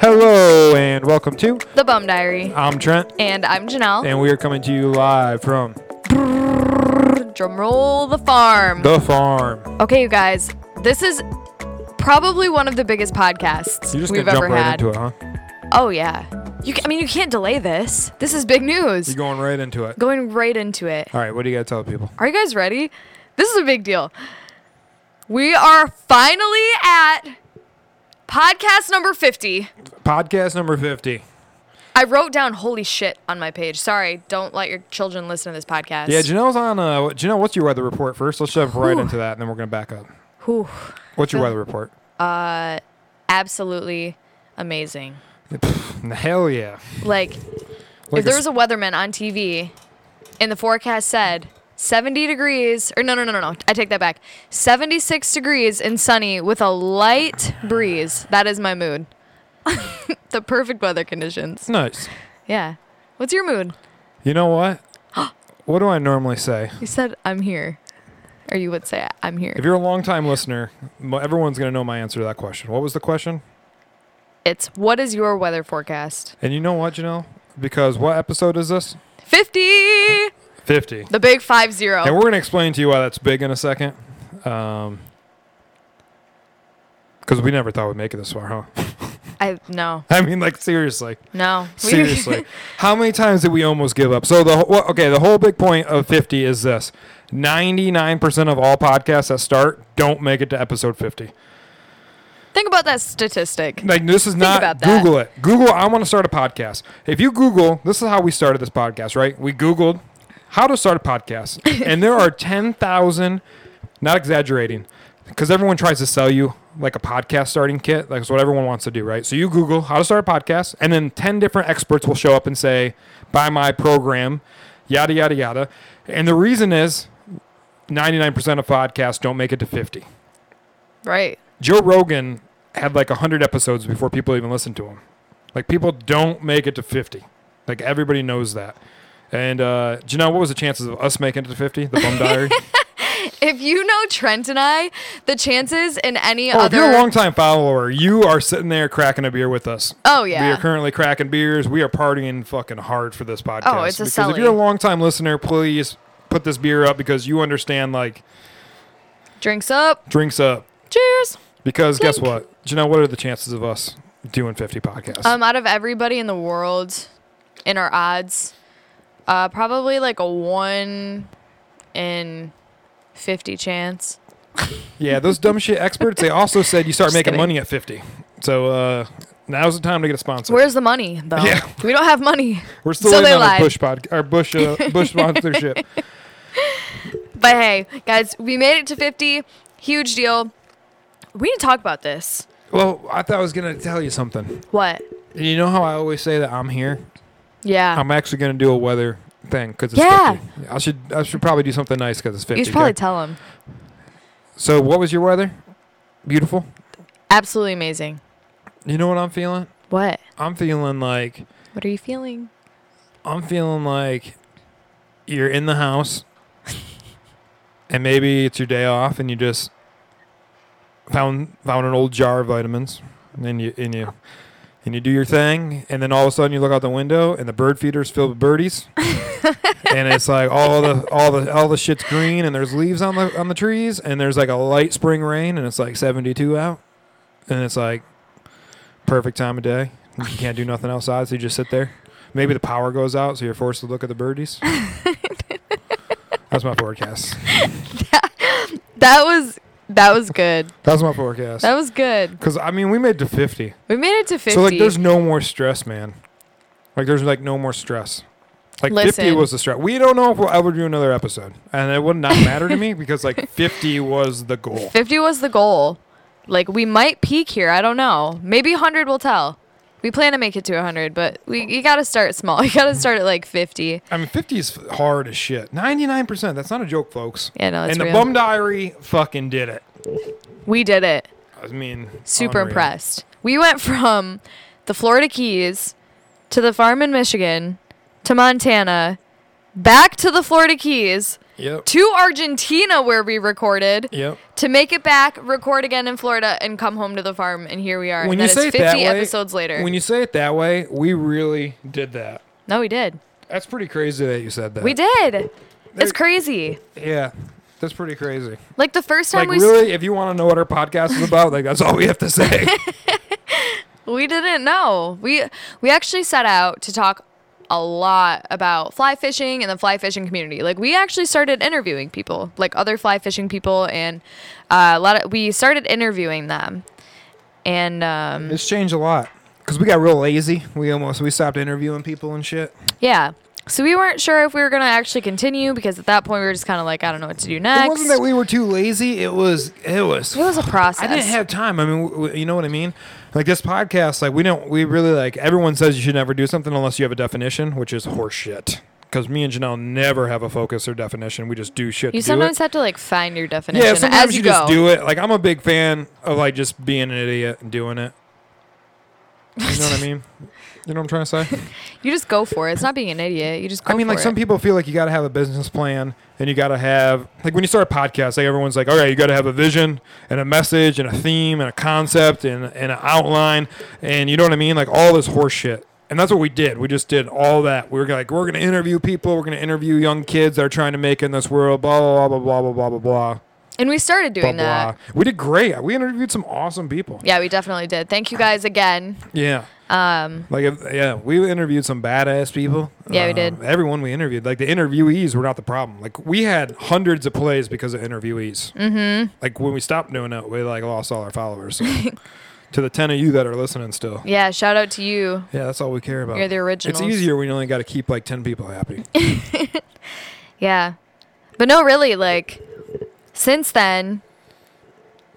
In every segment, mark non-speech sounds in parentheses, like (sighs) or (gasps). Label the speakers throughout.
Speaker 1: Hello and welcome to
Speaker 2: The Bum Diary.
Speaker 1: I'm Trent
Speaker 2: And I'm Janelle.
Speaker 1: and we are coming to you live from
Speaker 2: Drum roll the farm.
Speaker 1: the farm.
Speaker 2: Okay, you guys, this is probably one of the biggest podcasts
Speaker 1: You're just
Speaker 2: we've
Speaker 1: gonna jump
Speaker 2: ever
Speaker 1: right
Speaker 2: had.
Speaker 1: into it, huh?
Speaker 2: Oh yeah. You, ca- I mean, you can't delay this. This is big news.
Speaker 1: You're going right into it.
Speaker 2: Going right into it.
Speaker 1: All right, what do you got to tell people?
Speaker 2: Are you guys ready? This is a big deal. We are finally at podcast number 50.
Speaker 1: Podcast number 50.
Speaker 2: I wrote down holy shit on my page. Sorry, don't let your children listen to this podcast.
Speaker 1: Yeah, Janelle's on. Uh, what- Janelle, what's your weather report first? Let's jump right
Speaker 2: Whew.
Speaker 1: into that, and then we're gonna back up.
Speaker 2: Whew.
Speaker 1: What's your weather report?
Speaker 2: absolutely amazing.
Speaker 1: Pff, hell yeah!
Speaker 2: Like,
Speaker 1: Like
Speaker 2: if there
Speaker 1: a
Speaker 2: was a weatherman on TV and the forecast said 70 degrees, or no, no, no, no, no, I take that back. 76 degrees and sunny with a light breeze. That is my mood. (laughs) the perfect weather conditions.
Speaker 1: nice.
Speaker 2: Yeah. What's your mood?
Speaker 1: You know
Speaker 2: (gasps)
Speaker 1: what? what do I normally say?
Speaker 2: You said, I'm here. Or you would say, I'm here.
Speaker 1: If you're a long-time listener, mo- everyone's gonna know my answer to that question. What was the question?
Speaker 2: It's, what is your weather forecast?
Speaker 1: And you know what, Janelle? Because what episode is this?
Speaker 2: 50!
Speaker 1: 50.
Speaker 2: The big 5 0.
Speaker 1: And we're going to explain to you why that's big in a second. Because we never thought we'd make it this far, huh? (laughs)
Speaker 2: I, no,
Speaker 1: I mean, like, seriously.
Speaker 2: no. (laughs) We-
Speaker 1: Seriously. How many times did we almost give up? So, the wh- well, okay, the whole big point of 50 is this 99% of all podcasts that start don't make it to episode 50.
Speaker 2: Think about that statistic.
Speaker 1: Like this is not
Speaker 2: about that.
Speaker 1: Google it. Google. I want to start a podcast. If you Google, this is how we started this podcast, right? We Googled how to start a podcast,
Speaker 2: (laughs)
Speaker 1: and there are ten thousand. Not exaggerating, because everyone tries to sell you like a podcast starting kit. Like it's what everyone wants to do, right? So you Google how to start a podcast, and then ten different experts will show up and say, "Buy my program," yada yada yada. And the reason is, ninety nine percent of podcasts don't make it to fifty.
Speaker 2: Right.
Speaker 1: Joe Rogan had like 100 episodes before people even listened to him. Like people don't make it to 50. Like everybody knows that. And uh, Janelle, what was the chances of us making it to 50? The
Speaker 2: (laughs)
Speaker 1: Bum Diary?
Speaker 2: If you know Trent and I, the chances in any
Speaker 1: oh, if
Speaker 2: other
Speaker 1: you're a longtime follower, you are sitting there cracking a beer with us.
Speaker 2: oh
Speaker 1: We
Speaker 2: yeah,
Speaker 1: are currently cracking beers. We are partying fucking hard for this podcast.
Speaker 2: Oh, it's a
Speaker 1: Because
Speaker 2: selling.
Speaker 1: if you're a longtime listener, please put this beer up because you understand like
Speaker 2: drinks up,
Speaker 1: drinks up.
Speaker 2: cheers.
Speaker 1: Because guess
Speaker 2: Clink.
Speaker 1: what? Janelle, what are the chances of us doing 50 podcasts?
Speaker 2: Um, out of everybody in the world, in our odds, uh, probably like a one in fifty chance.
Speaker 1: Yeah, those dumb shit experts, they also said you start
Speaker 2: Just
Speaker 1: making
Speaker 2: kidding.
Speaker 1: money at 50. So uh, now's the time to get a sponsor.
Speaker 2: Where's the money though?
Speaker 1: Yeah.
Speaker 2: (laughs) We don't have money.
Speaker 1: We're still
Speaker 2: so
Speaker 1: waiting
Speaker 2: they
Speaker 1: on our
Speaker 2: lied.
Speaker 1: Bush, pod- our Bush,
Speaker 2: (laughs)
Speaker 1: uh, Bush sponsorship.
Speaker 2: But hey, guys, we made it to fifty. Huge deal. We need to talk about this.
Speaker 1: well, I thought I was going to tell you something.
Speaker 2: What?
Speaker 1: You know how I always say that I'm here?
Speaker 2: Yeah.
Speaker 1: I'm actually going to do a weather thing because it's
Speaker 2: Yeah.
Speaker 1: 50. I should, I should probably do something nice because it's 50.
Speaker 2: you should probably
Speaker 1: okay?
Speaker 2: tell him.
Speaker 1: so, what was your weather? Beautiful.
Speaker 2: Absolutely amazing.
Speaker 1: You know what I'm feeling?
Speaker 2: What?
Speaker 1: I'm feeling like,
Speaker 2: What are you feeling?
Speaker 1: I'm feeling like you're in the house and maybe it's your day off and you just found found an old jar of vitamins and then you and you and you do your thing and then all of a sudden you look out the window and the bird feeder's filled with birdies and it's like all the all the all the shit's green and there's leaves on the on the trees and there's like a light spring rain and it's like 72 out and it's like perfect time of day you can't do nothing outside so you just sit there maybe the power goes out so you're forced to look at the
Speaker 2: (laughs)
Speaker 1: birdies that's my forecast
Speaker 2: That was that was good.
Speaker 1: that's my forecast
Speaker 2: That was good.
Speaker 1: Cause I mean, we made it to 50.
Speaker 2: We made it to 50.
Speaker 1: So like, there's no more stress, man. Like, there's like no more stress. Like fifty
Speaker 2: Listen.
Speaker 1: was the stress. We don't know if we'll ever do another episode, and it would not matter to me (laughs) because like fifty was the goal.
Speaker 2: 50 was the goal. Like we might peak here. I don't know. Maybe 100 will tell. We plan to make it to 100, but we you got to start small. (laughs) You got to start at like 50.
Speaker 1: I mean, fifty is f- hard as shit. Ninety nine percent. That's not a joke, folks.
Speaker 2: Yeah, no, that's
Speaker 1: and the
Speaker 2: real.
Speaker 1: bum diary fucking did it.
Speaker 2: we did it.
Speaker 1: I mean,
Speaker 2: Super
Speaker 1: unreal.
Speaker 2: impressed. We went from the Florida Keys to the farm in Michigan to Montana, back to the Florida Keys
Speaker 1: Yep.
Speaker 2: to Argentina where we recorded
Speaker 1: Yep.
Speaker 2: to make it back, record again in Florida, and come home to the farm. And here we are.
Speaker 1: When
Speaker 2: and
Speaker 1: you
Speaker 2: that
Speaker 1: say
Speaker 2: is
Speaker 1: it that
Speaker 2: 50
Speaker 1: way,
Speaker 2: episodes later.
Speaker 1: When you say it that way, we really did that.
Speaker 2: no, we did.
Speaker 1: That's pretty crazy that you said that.
Speaker 2: We did. It's
Speaker 1: There-
Speaker 2: crazy.
Speaker 1: Yeah. That's pretty crazy.
Speaker 2: Like the first time
Speaker 1: Like
Speaker 2: we s-
Speaker 1: really, if you want to know what our podcast is about, like that's all we have to
Speaker 2: (laughs)
Speaker 1: say.
Speaker 2: we didn't know. We we actually set out to talk a lot about fly fishing and the fly fishing community. Like we actually started interviewing people, like other fly fishing people, and uh, a lot of we started interviewing them. And um,
Speaker 1: it's changed a lot because we got real lazy. We almost we stopped interviewing people and shit.
Speaker 2: Yeah. So we weren't sure if we were going to actually continue because at that point we were just kind of like, I don't know what to do next.
Speaker 1: It wasn't that we were too lazy. It was it was
Speaker 2: It was a process.
Speaker 1: I didn't have time. I mean, w- w- you know what I mean? Like this podcast, like we don't, we really like. Everyone says you should never do something unless you have a definition, which is horseshit. Because me and Janelle never have a focus or definition. We just do shit.
Speaker 2: you
Speaker 1: to
Speaker 2: sometimes
Speaker 1: do
Speaker 2: have to like find your
Speaker 1: it.
Speaker 2: definition
Speaker 1: yeah. Sometimes
Speaker 2: as
Speaker 1: you,
Speaker 2: you,
Speaker 1: just
Speaker 2: go.
Speaker 1: do it. Like I'm a big fan of like just being an idiot and doing it. You
Speaker 2: (laughs)
Speaker 1: know what I mean? You know what I'm trying to say?
Speaker 2: You just go for it. It's not being an idiot. You just go
Speaker 1: I mean,
Speaker 2: for
Speaker 1: like some
Speaker 2: it.
Speaker 1: people feel like you got to have a business plan and you got to have like when you start a podcast, like everyone's like, all right, you got to have a vision and a message and a theme and a concept and, and an outline and you know what I mean, like all this horse shit. And that's what we did. We just did all that. We were like, we're gonna interview people. We're gonna interview young kids that are trying to make it in this world. Blah blah blah blah blah blah blah blah
Speaker 2: and we started
Speaker 1: blah
Speaker 2: doing
Speaker 1: blah.
Speaker 2: that.
Speaker 1: We did great. We interviewed some awesome people.
Speaker 2: Yeah, we definitely did. Thank you guys again.
Speaker 1: Yeah.
Speaker 2: Um,
Speaker 1: Like if, yeah, we interviewed some badass people.
Speaker 2: Yeah, we
Speaker 1: Um,
Speaker 2: did.
Speaker 1: Everyone we interviewed, like the interviewees, were not the problem. Like we had hundreds of plays because of interviewees. Mm-hmm. Like when we stopped doing it, we like lost all our followers.
Speaker 2: (laughs)
Speaker 1: So, to the ten of you that are listening still,
Speaker 2: yeah, shout out to you.
Speaker 1: yeah, that's all we care about.
Speaker 2: You're the originals.
Speaker 1: It's easier when you only got to keep like ten people
Speaker 2: (laughs)
Speaker 1: happy.
Speaker 2: Yeah. But no, really, like since then,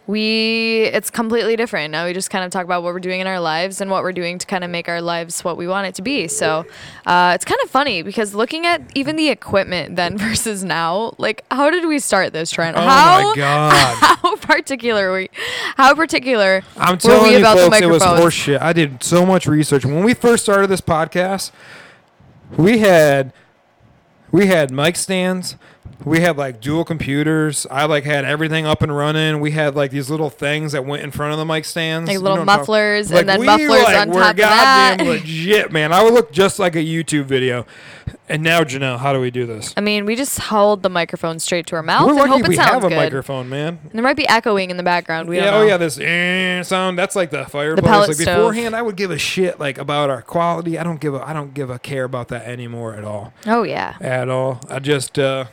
Speaker 2: we it's completely different. Now we just kind of talk about what we're doing in our lives and what we're doing to kind of make our lives what we want it to be. So uh, it's kind of funny because looking at even the equipment then (laughs) versus now, like how did we start this trend?
Speaker 1: Oh
Speaker 2: how
Speaker 1: my God.
Speaker 2: how particular we how particular
Speaker 1: I'm
Speaker 2: were
Speaker 1: telling
Speaker 2: we
Speaker 1: you,
Speaker 2: about
Speaker 1: folks,
Speaker 2: the
Speaker 1: it was
Speaker 2: microphones?
Speaker 1: horseshit. I did so much research when we first started this podcast. We had we had mic stands. We had like dual computers. I like had everything up and running. We had like these little things that went in front of the mic stands,
Speaker 2: Like
Speaker 1: You
Speaker 2: little
Speaker 1: know what I'm talking-
Speaker 2: mufflers and then
Speaker 1: we,
Speaker 2: mufflers on
Speaker 1: were
Speaker 2: top of
Speaker 1: goddamn
Speaker 2: (laughs) that.
Speaker 1: legit, man. I would look just like a YouTube video. And now, Janelle, how do we do this?
Speaker 2: I mean, we just hold the microphone straight to our mouth
Speaker 1: We're
Speaker 2: and
Speaker 1: lucky
Speaker 2: hope it
Speaker 1: we
Speaker 2: sounds
Speaker 1: have a
Speaker 2: good.
Speaker 1: microphone, man.
Speaker 2: And there might be echoing in the background. We
Speaker 1: yeah,
Speaker 2: don't know.
Speaker 1: oh yeah, this eh, sound. That's like the fireplace.
Speaker 2: pellet
Speaker 1: like
Speaker 2: stove.
Speaker 1: beforehand, I would give a shit like about our quality. I don't give a I don't give a care about that anymore at all.
Speaker 2: Oh yeah.
Speaker 1: At all. I just uh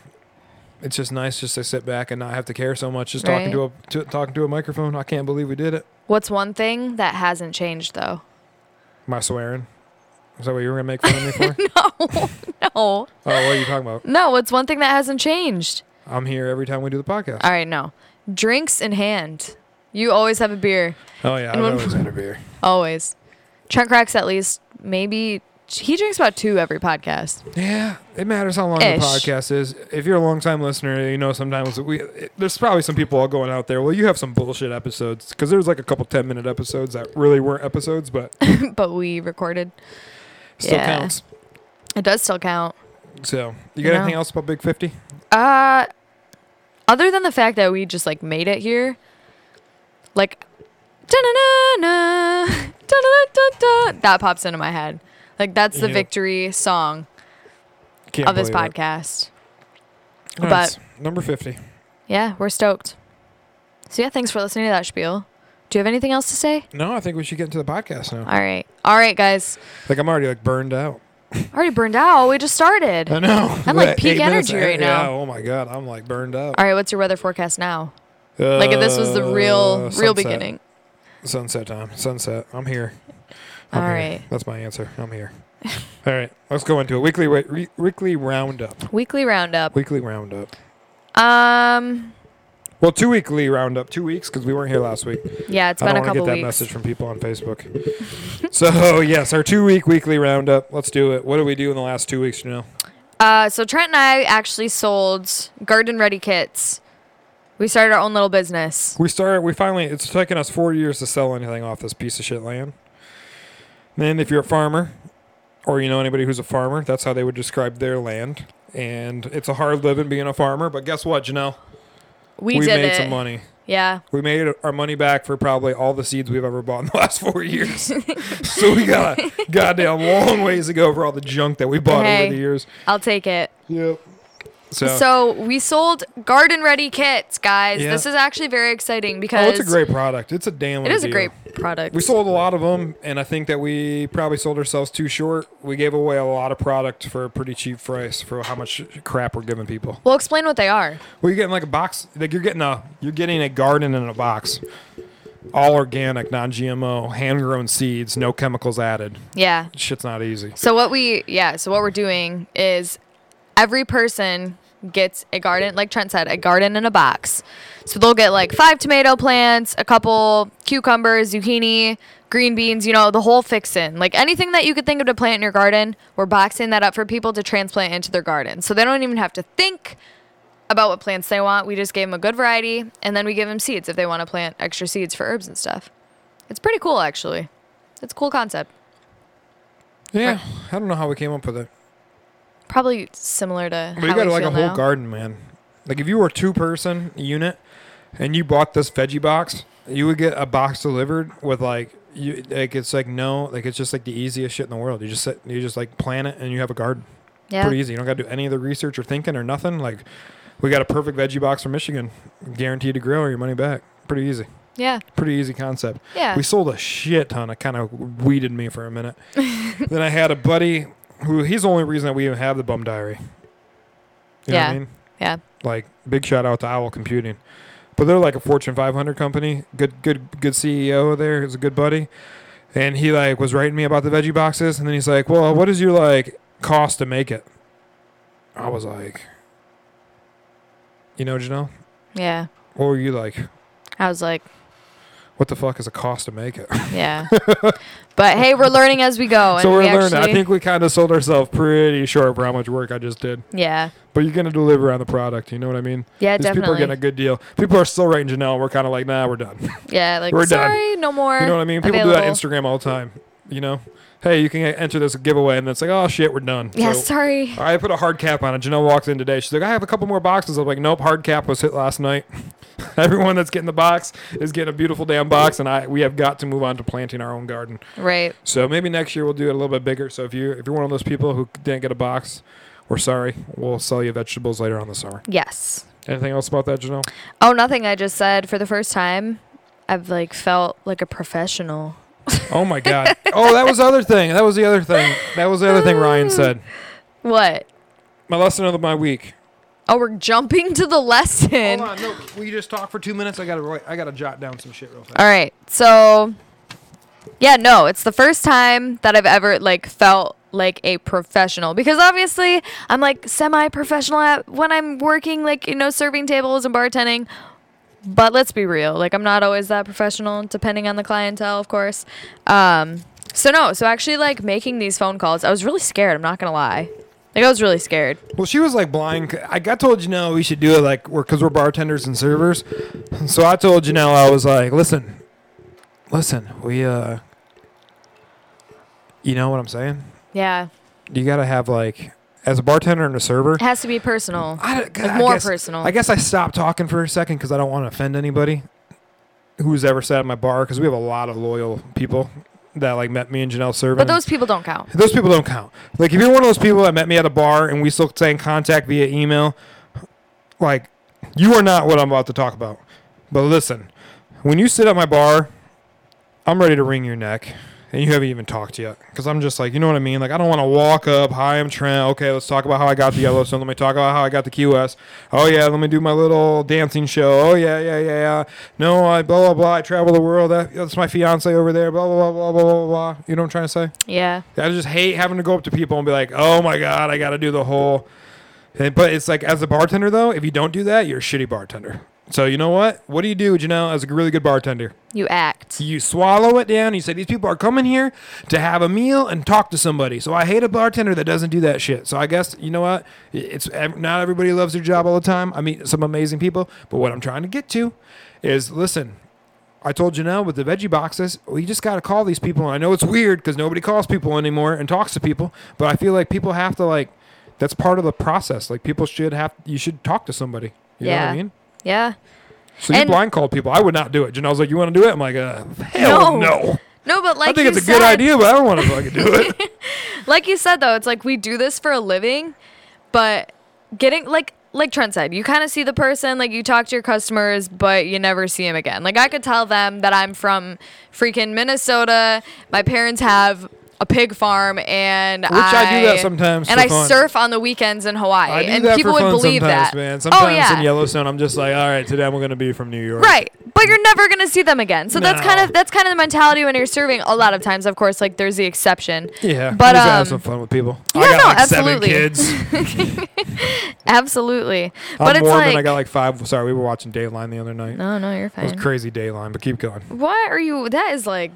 Speaker 1: it's just nice just to sit back and not have to care so much. Just talking to a to, talking to a microphone. I can't believe we did it.
Speaker 2: What's one thing that hasn't changed though?
Speaker 1: My swearing. Is that what you were gonna make fun of
Speaker 2: (laughs)
Speaker 1: me for?
Speaker 2: No.
Speaker 1: Oh, what are you talking about?
Speaker 2: No, what's one thing that hasn't changed?
Speaker 1: I'm here every time we do the podcast.
Speaker 2: All right, no. Drinks in hand. You always have a beer.
Speaker 1: Oh yeah, I
Speaker 2: and when-
Speaker 1: always had a beer.
Speaker 2: Always. Trent cracks at least maybe he drinks about two every podcast. (laughs)
Speaker 1: Yeah, it matters how long
Speaker 2: Ish.
Speaker 1: the podcast is. If you're a long time listener, you know sometimes we it, there's probably some people all going out there. Well, you have some bullshit episodes because there's like a couple 10 minute episodes that really weren't episodes,
Speaker 2: (laughs)
Speaker 1: but
Speaker 2: but we recorded.
Speaker 1: still
Speaker 2: Yeah.
Speaker 1: counts.
Speaker 2: It does still count.
Speaker 1: So you got
Speaker 2: No.
Speaker 1: anything else about Big Fifty?
Speaker 2: Uh other than the fact that we just like made it here. Like da-na-na-na, da-da-da-da-da, that pops into my head. Like that's the
Speaker 1: Yeah.
Speaker 2: victory song
Speaker 1: Can't
Speaker 2: of this
Speaker 1: believe it.
Speaker 2: podcast.
Speaker 1: All right,
Speaker 2: but-
Speaker 1: number 50.
Speaker 2: Yeah, we're stoked. So yeah, thanks for listening to that spiel. Do you have anything else to say?
Speaker 1: No, I think we should get into the podcast now.
Speaker 2: All right. All right, guys.
Speaker 1: Like I'm already like burned out.
Speaker 2: Already burned out. We just started.
Speaker 1: I know.
Speaker 2: (laughs) I'm, like,
Speaker 1: Eight
Speaker 2: peak
Speaker 1: minutes
Speaker 2: energy right
Speaker 1: in, yeah,
Speaker 2: now.
Speaker 1: oh my god, I'm like burned out.
Speaker 2: All right, what's your weather forecast now? Like if this was the real
Speaker 1: Uh,
Speaker 2: real
Speaker 1: sunset.
Speaker 2: beginning.
Speaker 1: Sunset time. Sunset. I'm here.
Speaker 2: All
Speaker 1: I'm here.
Speaker 2: right.
Speaker 1: That's my answer. I'm here. (laughs) All right. Let's go into it. Weekly wa- re- weekly roundup.
Speaker 2: Weekly roundup.
Speaker 1: Weekly roundup.
Speaker 2: Um
Speaker 1: Well, two weekly roundup. Two weeks because we weren't here last week.
Speaker 2: yeah, it's
Speaker 1: I
Speaker 2: been
Speaker 1: don't
Speaker 2: a
Speaker 1: want to
Speaker 2: couple
Speaker 1: get that
Speaker 2: weeks.
Speaker 1: message from people on Facebook.
Speaker 2: (laughs)
Speaker 1: so yes, our two week weekly roundup. Let's do it. What do we do in the last two weeks? You know.
Speaker 2: Uh, so Trent and I actually sold garden ready kits. We started our own little business.
Speaker 1: We started. We finally. It's taken us four years to sell anything off this piece of shit land. Then, if you're a farmer, or you know anybody who's a farmer, that's how they would describe their land. and it's a hard living being a farmer. But guess what, Janelle?
Speaker 2: We, did
Speaker 1: made
Speaker 2: it.
Speaker 1: some money.
Speaker 2: Yeah.
Speaker 1: We made our money back for probably all the seeds we've ever bought in the (laughs) last four years.
Speaker 2: (laughs)
Speaker 1: so we got a goddamn long ways to go for all the junk that we bought
Speaker 2: Hey.
Speaker 1: over the years.
Speaker 2: I'll take it.
Speaker 1: Yep. So,
Speaker 2: So we sold garden ready kits, guys.
Speaker 1: Yeah.
Speaker 2: This is actually very exciting because
Speaker 1: oh, it's a great product. It's a damn.
Speaker 2: it is a
Speaker 1: deal.
Speaker 2: great product.
Speaker 1: We sold a lot of them, and I think that we probably sold ourselves too short. We gave away a lot of product for a pretty cheap price for how much crap we're giving people.
Speaker 2: We'll explain what they are.
Speaker 1: Well, you're getting like a box. Like you're getting a you're getting a garden in a box, all organic, non-GMO, hand-grown seeds, no chemicals added.
Speaker 2: Yeah.
Speaker 1: Shit's not easy.
Speaker 2: So what we yeah, so what we're doing is every person gets a garden, like Trent said, a garden in a box. So they'll get like five tomato plants, a couple cucumbers, zucchini, green beans, you know, the whole fixin'. Like anything that you could think of to plant in your garden, we're boxing that up for people to transplant into their garden. So they don't even have to think about what plants they want. We just gave them a good variety and then we give them seeds if they want to plant extra seeds for herbs and stuff. It's pretty cool actually. It's a cool concept.
Speaker 1: Yeah, I don't know how we came up with it.
Speaker 2: probably similar to
Speaker 1: But you
Speaker 2: how
Speaker 1: got
Speaker 2: we
Speaker 1: like a
Speaker 2: feel
Speaker 1: whole
Speaker 2: now.
Speaker 1: garden, man. Like if you were a two-person unit and you bought this veggie box, you would get a box delivered with like you like it's like no like it's just like the easiest shit in the world. You just sit, you just like plant it and you have a garden.
Speaker 2: yeah.
Speaker 1: Pretty easy. You don't got to do any of the research or thinking or nothing. Like we got a perfect veggie box from Michigan, guaranteed to grow or your money back. Pretty easy.
Speaker 2: yeah
Speaker 1: Pretty easy concept.
Speaker 2: yeah
Speaker 1: We sold a shit ton. It kind of weeded me for a
Speaker 2: (laughs)
Speaker 1: minute. then I had a buddy who he's the only reason that we even have the bum diary. You know what
Speaker 2: Yeah.
Speaker 1: I mean?
Speaker 2: yeah
Speaker 1: Like big shout out to Owl Computing. But they're like a Fortune 500 company. Good, good, good CEO there. He's a good buddy, and he like was writing me about the veggie boxes, and then he's like, "Well, what is your like cost to make it?" I was like, "You know, Janelle,
Speaker 2: yeah
Speaker 1: what were you like?
Speaker 2: i
Speaker 1: (laughs)
Speaker 2: was like
Speaker 1: What the fuck is a cost to make it?"
Speaker 2: yeah but hey we're learning as we go Oh, and
Speaker 1: So we're
Speaker 2: we
Speaker 1: learning.
Speaker 2: actually,
Speaker 1: I think we kind of sold ourselves pretty short for how much work I just did.
Speaker 2: yeah
Speaker 1: But you're gonna deliver on the product. You know what I mean?
Speaker 2: yeah
Speaker 1: These people are
Speaker 2: definitely
Speaker 1: getting a good deal. People are still writing Janelle. We're kind of like, nah, we're done.
Speaker 2: yeah like
Speaker 1: We're done.
Speaker 2: sorry no more
Speaker 1: You know what I mean? People do that
Speaker 2: available.
Speaker 1: Instagram all the time. You know, hey, you can e, enter this giveaway, and it's like, oh shit, we're done.
Speaker 2: yeah
Speaker 1: So-
Speaker 2: sorry
Speaker 1: I put a hard cap on it. Janelle walks in today. She's like, I have a couple more boxes. I'm like, nope, hard cap was hit last night. (laughs) Everyone that's getting the box is getting a beautiful damn box, and I we have got to move on to planting our own garden.
Speaker 2: right
Speaker 1: So maybe next year we'll do it a little bit bigger. So if you if you're one of those people who didn't get a box, we're sorry. We'll sell you vegetables later on this summer.
Speaker 2: yes
Speaker 1: Anything else about that, Janelle?
Speaker 2: oh nothing i just said for the first time i've like felt like a professional
Speaker 1: Oh my god. oh, that was the other thing. That was the other thing. That was the other thing Ryan said.
Speaker 2: what
Speaker 1: My lesson of my week.
Speaker 2: oh we're jumping to the lesson
Speaker 1: Hold on, no. Will you just talk for two minutes? I gotta, write- I gotta jot down some shit real fast.
Speaker 2: All right. So, yeah, no, it's the first time that I've ever like felt like a professional because obviously I'm like semi-professional at when I'm working like you know serving tables and bartending. But let's be real, like I'm not always that professional depending on the clientele, of course. Um so no, so actually like making these phone calls, I was really scared, I'm not going to lie. Like I was really scared.
Speaker 1: Well, she was like blind. I got told Janelle we should do it like we're because we're bartenders and servers. So I told Janelle I was like, listen, listen, we uh, you know what I'm saying?
Speaker 2: Yeah.
Speaker 1: You gotta have like as a bartender and a server.
Speaker 2: It has to be personal.
Speaker 1: I, don't-
Speaker 2: Like
Speaker 1: I
Speaker 2: more
Speaker 1: guess,
Speaker 2: personal.
Speaker 1: I guess I stopped talking for a second because I don't want to offend anybody who's ever sat at my bar because we have a lot of loyal people that like met me and Janelle serving.
Speaker 2: but those people don't count.
Speaker 1: Those people don't count. Like if you're one of those people that met me at a bar and we still stay in contact via email, like you are not what I'm about to talk about. But listen, when you sit at my bar, I'm ready to wring your neck, and you haven't even talked yet. Because I'm just like, you know what I mean? Like I don't want to walk up. Hi, I'm Trent. Okay, let's talk about how I got the Yellowstone. Let me talk about how I got the Key West. Oh yeah, let me do my little dancing show. Oh yeah, yeah, yeah, yeah. No, I blah blah blah. I travel the world. That, that's my fiance over there. Blah blah blah blah blah blah blah. You know what I'm trying to say?
Speaker 2: Yeah.
Speaker 1: I just hate having to go up to people and be like, "Oh my god, I got to do the whole." And- But it's like, as a bartender though, if you don't do that, you're a shitty bartender. So you know what? What do you do, Janelle, as a really good bartender?
Speaker 2: You act.
Speaker 1: You swallow it down. You say these people are coming here to have a meal and talk to somebody. So I hate a bartender that doesn't do that shit. So I guess you know what? It's ev- not everybody loves their job all the time. I meet some amazing people, but what I'm trying to get to is listen. I told Janelle with the veggie boxes, we just got to call these people. And I know it's weird because nobody calls people anymore and talks to people, but I feel like people have to like. that's part of the process. Like people should have you should talk to somebody. You know what
Speaker 2: Yeah.
Speaker 1: I mean?
Speaker 2: Yeah.
Speaker 1: So you
Speaker 2: And-
Speaker 1: blind called people. I would not do it. Janelle's like, you want to do it? I'm like, uh, hell no.
Speaker 2: No. No, but like
Speaker 1: I think
Speaker 2: you
Speaker 1: it's a
Speaker 2: said,
Speaker 1: good idea, but I don't want to fucking do
Speaker 2: (laughs)
Speaker 1: it.
Speaker 2: Like you said though, it's like we do this for a living, but getting like like Trent said, you kind of see the person, like you talk to your customers, but you never see them again. Like I could tell them that I'm from freaking Minnesota. My parents have a pig farm, and
Speaker 1: Which I do that sometimes
Speaker 2: And
Speaker 1: for
Speaker 2: I
Speaker 1: fun.
Speaker 2: surf on the weekends in Hawaii,
Speaker 1: I do
Speaker 2: and
Speaker 1: that
Speaker 2: people
Speaker 1: for
Speaker 2: would
Speaker 1: fun
Speaker 2: believe
Speaker 1: sometimes,
Speaker 2: that.
Speaker 1: man. Sometimes
Speaker 2: oh yeah,
Speaker 1: in Yellowstone, I'm just like, all right, today I'm going to be from New York.
Speaker 2: Right. But you're never gonna see them again. So that's kind
Speaker 1: No.
Speaker 2: of that's kind of the mentality when you're serving. A lot of times, of course, like there's the exception.
Speaker 1: Yeah.
Speaker 2: But
Speaker 1: we just have
Speaker 2: um,
Speaker 1: some fun with people.
Speaker 2: yeah,
Speaker 1: I got
Speaker 2: no,
Speaker 1: like
Speaker 2: absolutely.
Speaker 1: seven
Speaker 2: (laughs)
Speaker 1: kids.
Speaker 2: absolutely.
Speaker 1: I'm
Speaker 2: but it's
Speaker 1: Mormon.
Speaker 2: like
Speaker 1: I got like five. Sorry, we were watching Dateline the other night.
Speaker 2: no, no, you're
Speaker 1: It was
Speaker 2: fine.
Speaker 1: crazy Dateline, but keep going.
Speaker 2: Why are you? That is like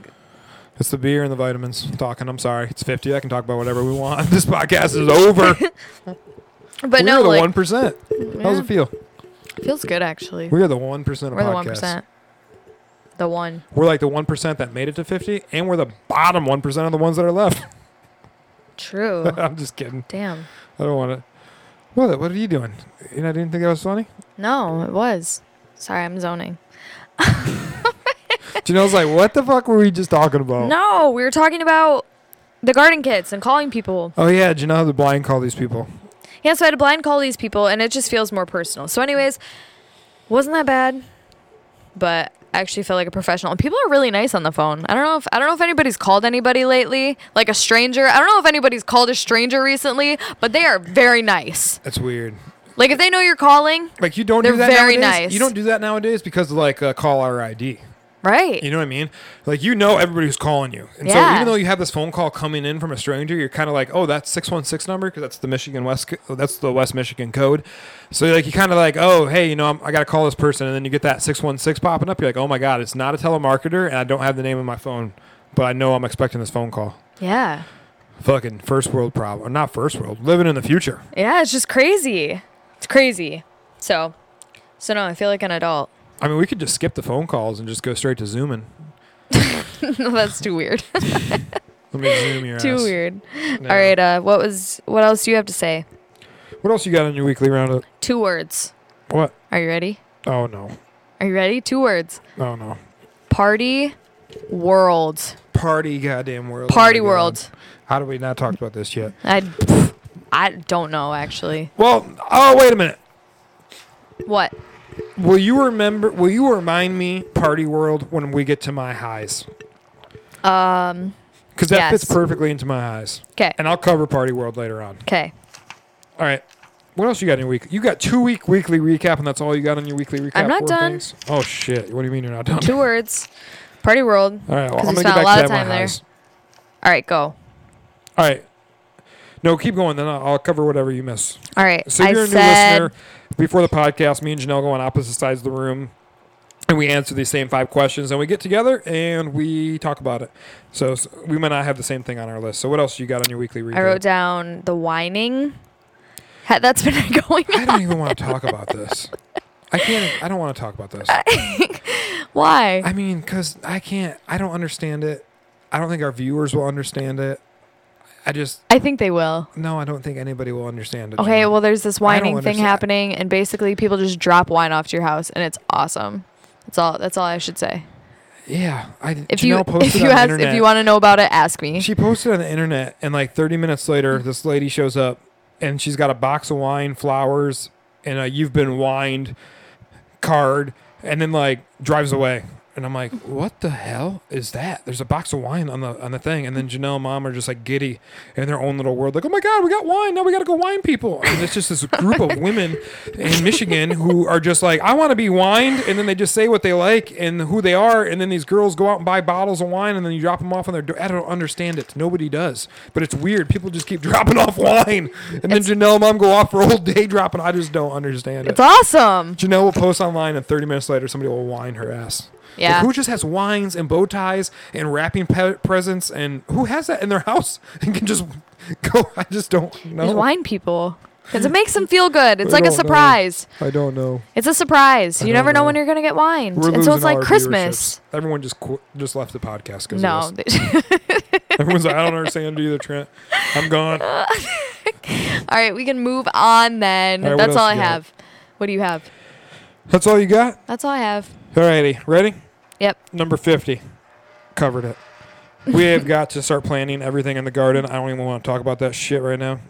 Speaker 1: It's the beer and the vitamins talking. I'm sorry. It's 50. I can talk about whatever we want. (laughs) This podcast
Speaker 2: (laughs)
Speaker 1: is over.
Speaker 2: but
Speaker 1: we
Speaker 2: no,
Speaker 1: are the
Speaker 2: like,
Speaker 1: 1%. How does
Speaker 2: yeah,
Speaker 1: it feel?
Speaker 2: feels good actually.
Speaker 1: We are the 1% of
Speaker 2: We're the
Speaker 1: podcasts.
Speaker 2: one percent. The one.
Speaker 1: We're like the 1% that made it to 50, and we're the bottom 1% of the ones that are left. (laughs)
Speaker 2: True.
Speaker 1: I'm just kidding.
Speaker 2: Damn.
Speaker 1: I don't want to. What, what are you doing? You know, I didn't think that was
Speaker 2: (laughs)
Speaker 1: funny.
Speaker 2: No, it was. Sorry, I'm zoning.
Speaker 1: Janelle's like, what the fuck were we just talking about?
Speaker 2: No, we were talking about the garden kits and calling people.
Speaker 1: Oh, yeah. Janelle had to blind call these people.
Speaker 2: Yeah, so I had to blind call these people, and it just feels more personal. So, anyways, wasn't that bad, but I actually feel like a professional. And people are really nice on the phone. I don't know if I don't know if anybody's called anybody lately, like a stranger. I don't know if anybody's called a stranger recently, but they are very nice.
Speaker 1: That's weird.
Speaker 2: Like if they know you're calling,
Speaker 1: Like, you don't do
Speaker 2: They're
Speaker 1: that
Speaker 2: very
Speaker 1: nowadays.
Speaker 2: nice.
Speaker 1: You don't do that nowadays because, of, like, uh, call our ID.
Speaker 2: right?
Speaker 1: You know what I mean? Like you know everybody who's calling you, and so
Speaker 2: Yeah.
Speaker 1: even though you have this phone call coming in from a stranger, you're kind of like, oh, that's six one six number because that's the Michigan West, co- that's the West Michigan code. So like you kind of like, oh, hey, you know, I'm, I got to call this person, and then you get that six one six popping up. You're like, oh my god, it's not a telemarketer, and I don't have the name of my phone, but I know I'm expecting this phone call.
Speaker 2: yeah,
Speaker 1: Fucking first world problem, not first world, living in the future.
Speaker 2: yeah. It's just crazy. It's crazy. So, so no, I feel like an adult. (laughs)
Speaker 1: I mean, we could just skip the phone calls and just go straight to zooming.
Speaker 2: no, that's too weird.
Speaker 1: Let me zoom your
Speaker 2: (laughs) too
Speaker 1: ass.
Speaker 2: weird.
Speaker 1: No.
Speaker 2: All right. Uh, what was? What else do you have to say?
Speaker 1: What else you got on your weekly roundup?
Speaker 2: Two words.
Speaker 1: What?
Speaker 2: Are you ready?
Speaker 1: Oh no.
Speaker 2: Are you ready? Two words.
Speaker 1: Oh no.
Speaker 2: Party world.
Speaker 1: Party goddamn world.
Speaker 2: Party
Speaker 1: Oh my God.
Speaker 2: world.
Speaker 1: How do we not talk about this yet?
Speaker 2: I I don't know actually.
Speaker 1: Well, oh wait a minute.
Speaker 2: What?
Speaker 1: Will you remember? Will you remind me Party World when we get to my highs?
Speaker 2: Um
Speaker 1: Because that fits
Speaker 2: Yes.
Speaker 1: perfectly into my highs,
Speaker 2: okay.
Speaker 1: and I'll cover Party World later on.
Speaker 2: Okay.
Speaker 1: All right. What else you got in your week? You got two week weekly recap, and that's all you got on your weekly recap.
Speaker 2: I'm not
Speaker 1: for
Speaker 2: done.
Speaker 1: things? Oh shit! What do you mean you're not done?
Speaker 2: Two words. Party world.
Speaker 1: All right. Well,
Speaker 2: 'Cause
Speaker 1: I'm
Speaker 2: we
Speaker 1: gonna get
Speaker 2: spent a
Speaker 1: back
Speaker 2: lot
Speaker 1: to
Speaker 2: of
Speaker 1: that
Speaker 2: time
Speaker 1: my
Speaker 2: there.
Speaker 1: highs.
Speaker 2: All right, go.
Speaker 1: All right. No, keep going. Then I'll, I'll cover whatever you miss.
Speaker 2: All right.
Speaker 1: So if
Speaker 2: I
Speaker 1: you're a new
Speaker 2: said
Speaker 1: listener. Before the podcast, me and Janelle go on opposite sides of the room, and we answer these same five questions, and we get together and we talk about it. So, s we might not have the same thing on our list. So what else you got on your weekly recap?
Speaker 2: I wrote down the whining. Ha- That's been (laughs) going
Speaker 1: I don't even want to talk about this. I can't. I don't want to talk about this.
Speaker 2: Why?
Speaker 1: I mean, because I can't. I don't understand it. I don't think our viewers will understand it. I just
Speaker 2: I think they will.
Speaker 1: no. I don't think anybody will understand it.
Speaker 2: Okay,
Speaker 1: Janelle.
Speaker 2: well there's this
Speaker 1: I don't
Speaker 2: whining thing
Speaker 1: understand.
Speaker 2: happening and basically people just drop wine off to your house and it's awesome. That's all that's all I should say.
Speaker 1: yeah. I
Speaker 2: If
Speaker 1: Janelle
Speaker 2: you
Speaker 1: posted
Speaker 2: if
Speaker 1: on
Speaker 2: you
Speaker 1: the
Speaker 2: ask, if
Speaker 1: internet-
Speaker 2: you want to know about it, ask me.
Speaker 1: She posted on the internet, and like 30 minutes later, this lady shows up, and she's got a box of wine, flowers, and a "You've Been Wined" card, and then like drives away. And I'm like, what the hell is that? There's a box of wine on the on the thing, and then Janelle and Mom are just like giddy in their own little world, like, oh my god, we got wine now, we got to go wine people. And it's just this group of women in Michigan who are just like, I want to be wined, and then they just say what they like and who they are, and then these girls go out and buy bottles of wine, and then you drop them off on their door. I don't understand it. Nobody does, but it's weird. People just keep (laughs) dropping off wine, and then Janelle and Mom go off for a whole day dropping. I just don't understand it.
Speaker 2: It's awesome.
Speaker 1: Janelle will post online, and 30 minutes later, somebody will wine her ass.
Speaker 2: Yeah.
Speaker 1: Like, who just has wines and bow ties and wrapping pe- presents and who has that in their house (laughs) and can just go? I just don't know.
Speaker 2: There's wine people. Because it makes them feel good. It's
Speaker 1: I
Speaker 2: like a
Speaker 1: don't know.
Speaker 2: surprise.
Speaker 1: I don't know.
Speaker 2: It's a surprise.
Speaker 1: I
Speaker 2: you
Speaker 1: don't
Speaker 2: never know. when
Speaker 1: know.
Speaker 2: you're going to get wine.
Speaker 1: We're
Speaker 2: And
Speaker 1: losing
Speaker 2: so it's
Speaker 1: all
Speaker 2: like
Speaker 1: our
Speaker 2: Christmas.
Speaker 1: viewerships. Everyone just qu- just left the podcast because
Speaker 2: No. (laughs)
Speaker 1: everyone's like, I don't understand either. Trent, I'm gone.
Speaker 2: (laughs) All right, we can move on then.
Speaker 1: All right, what
Speaker 2: That's
Speaker 1: else
Speaker 2: all I
Speaker 1: you got?
Speaker 2: have. What do you have?
Speaker 1: That's all you got?
Speaker 2: That's all I have.
Speaker 1: Alrighty, ready?
Speaker 2: Yep.
Speaker 1: Number 50. Covered it. We have got to start planting everything in the garden. I don't even want to talk about that shit right now.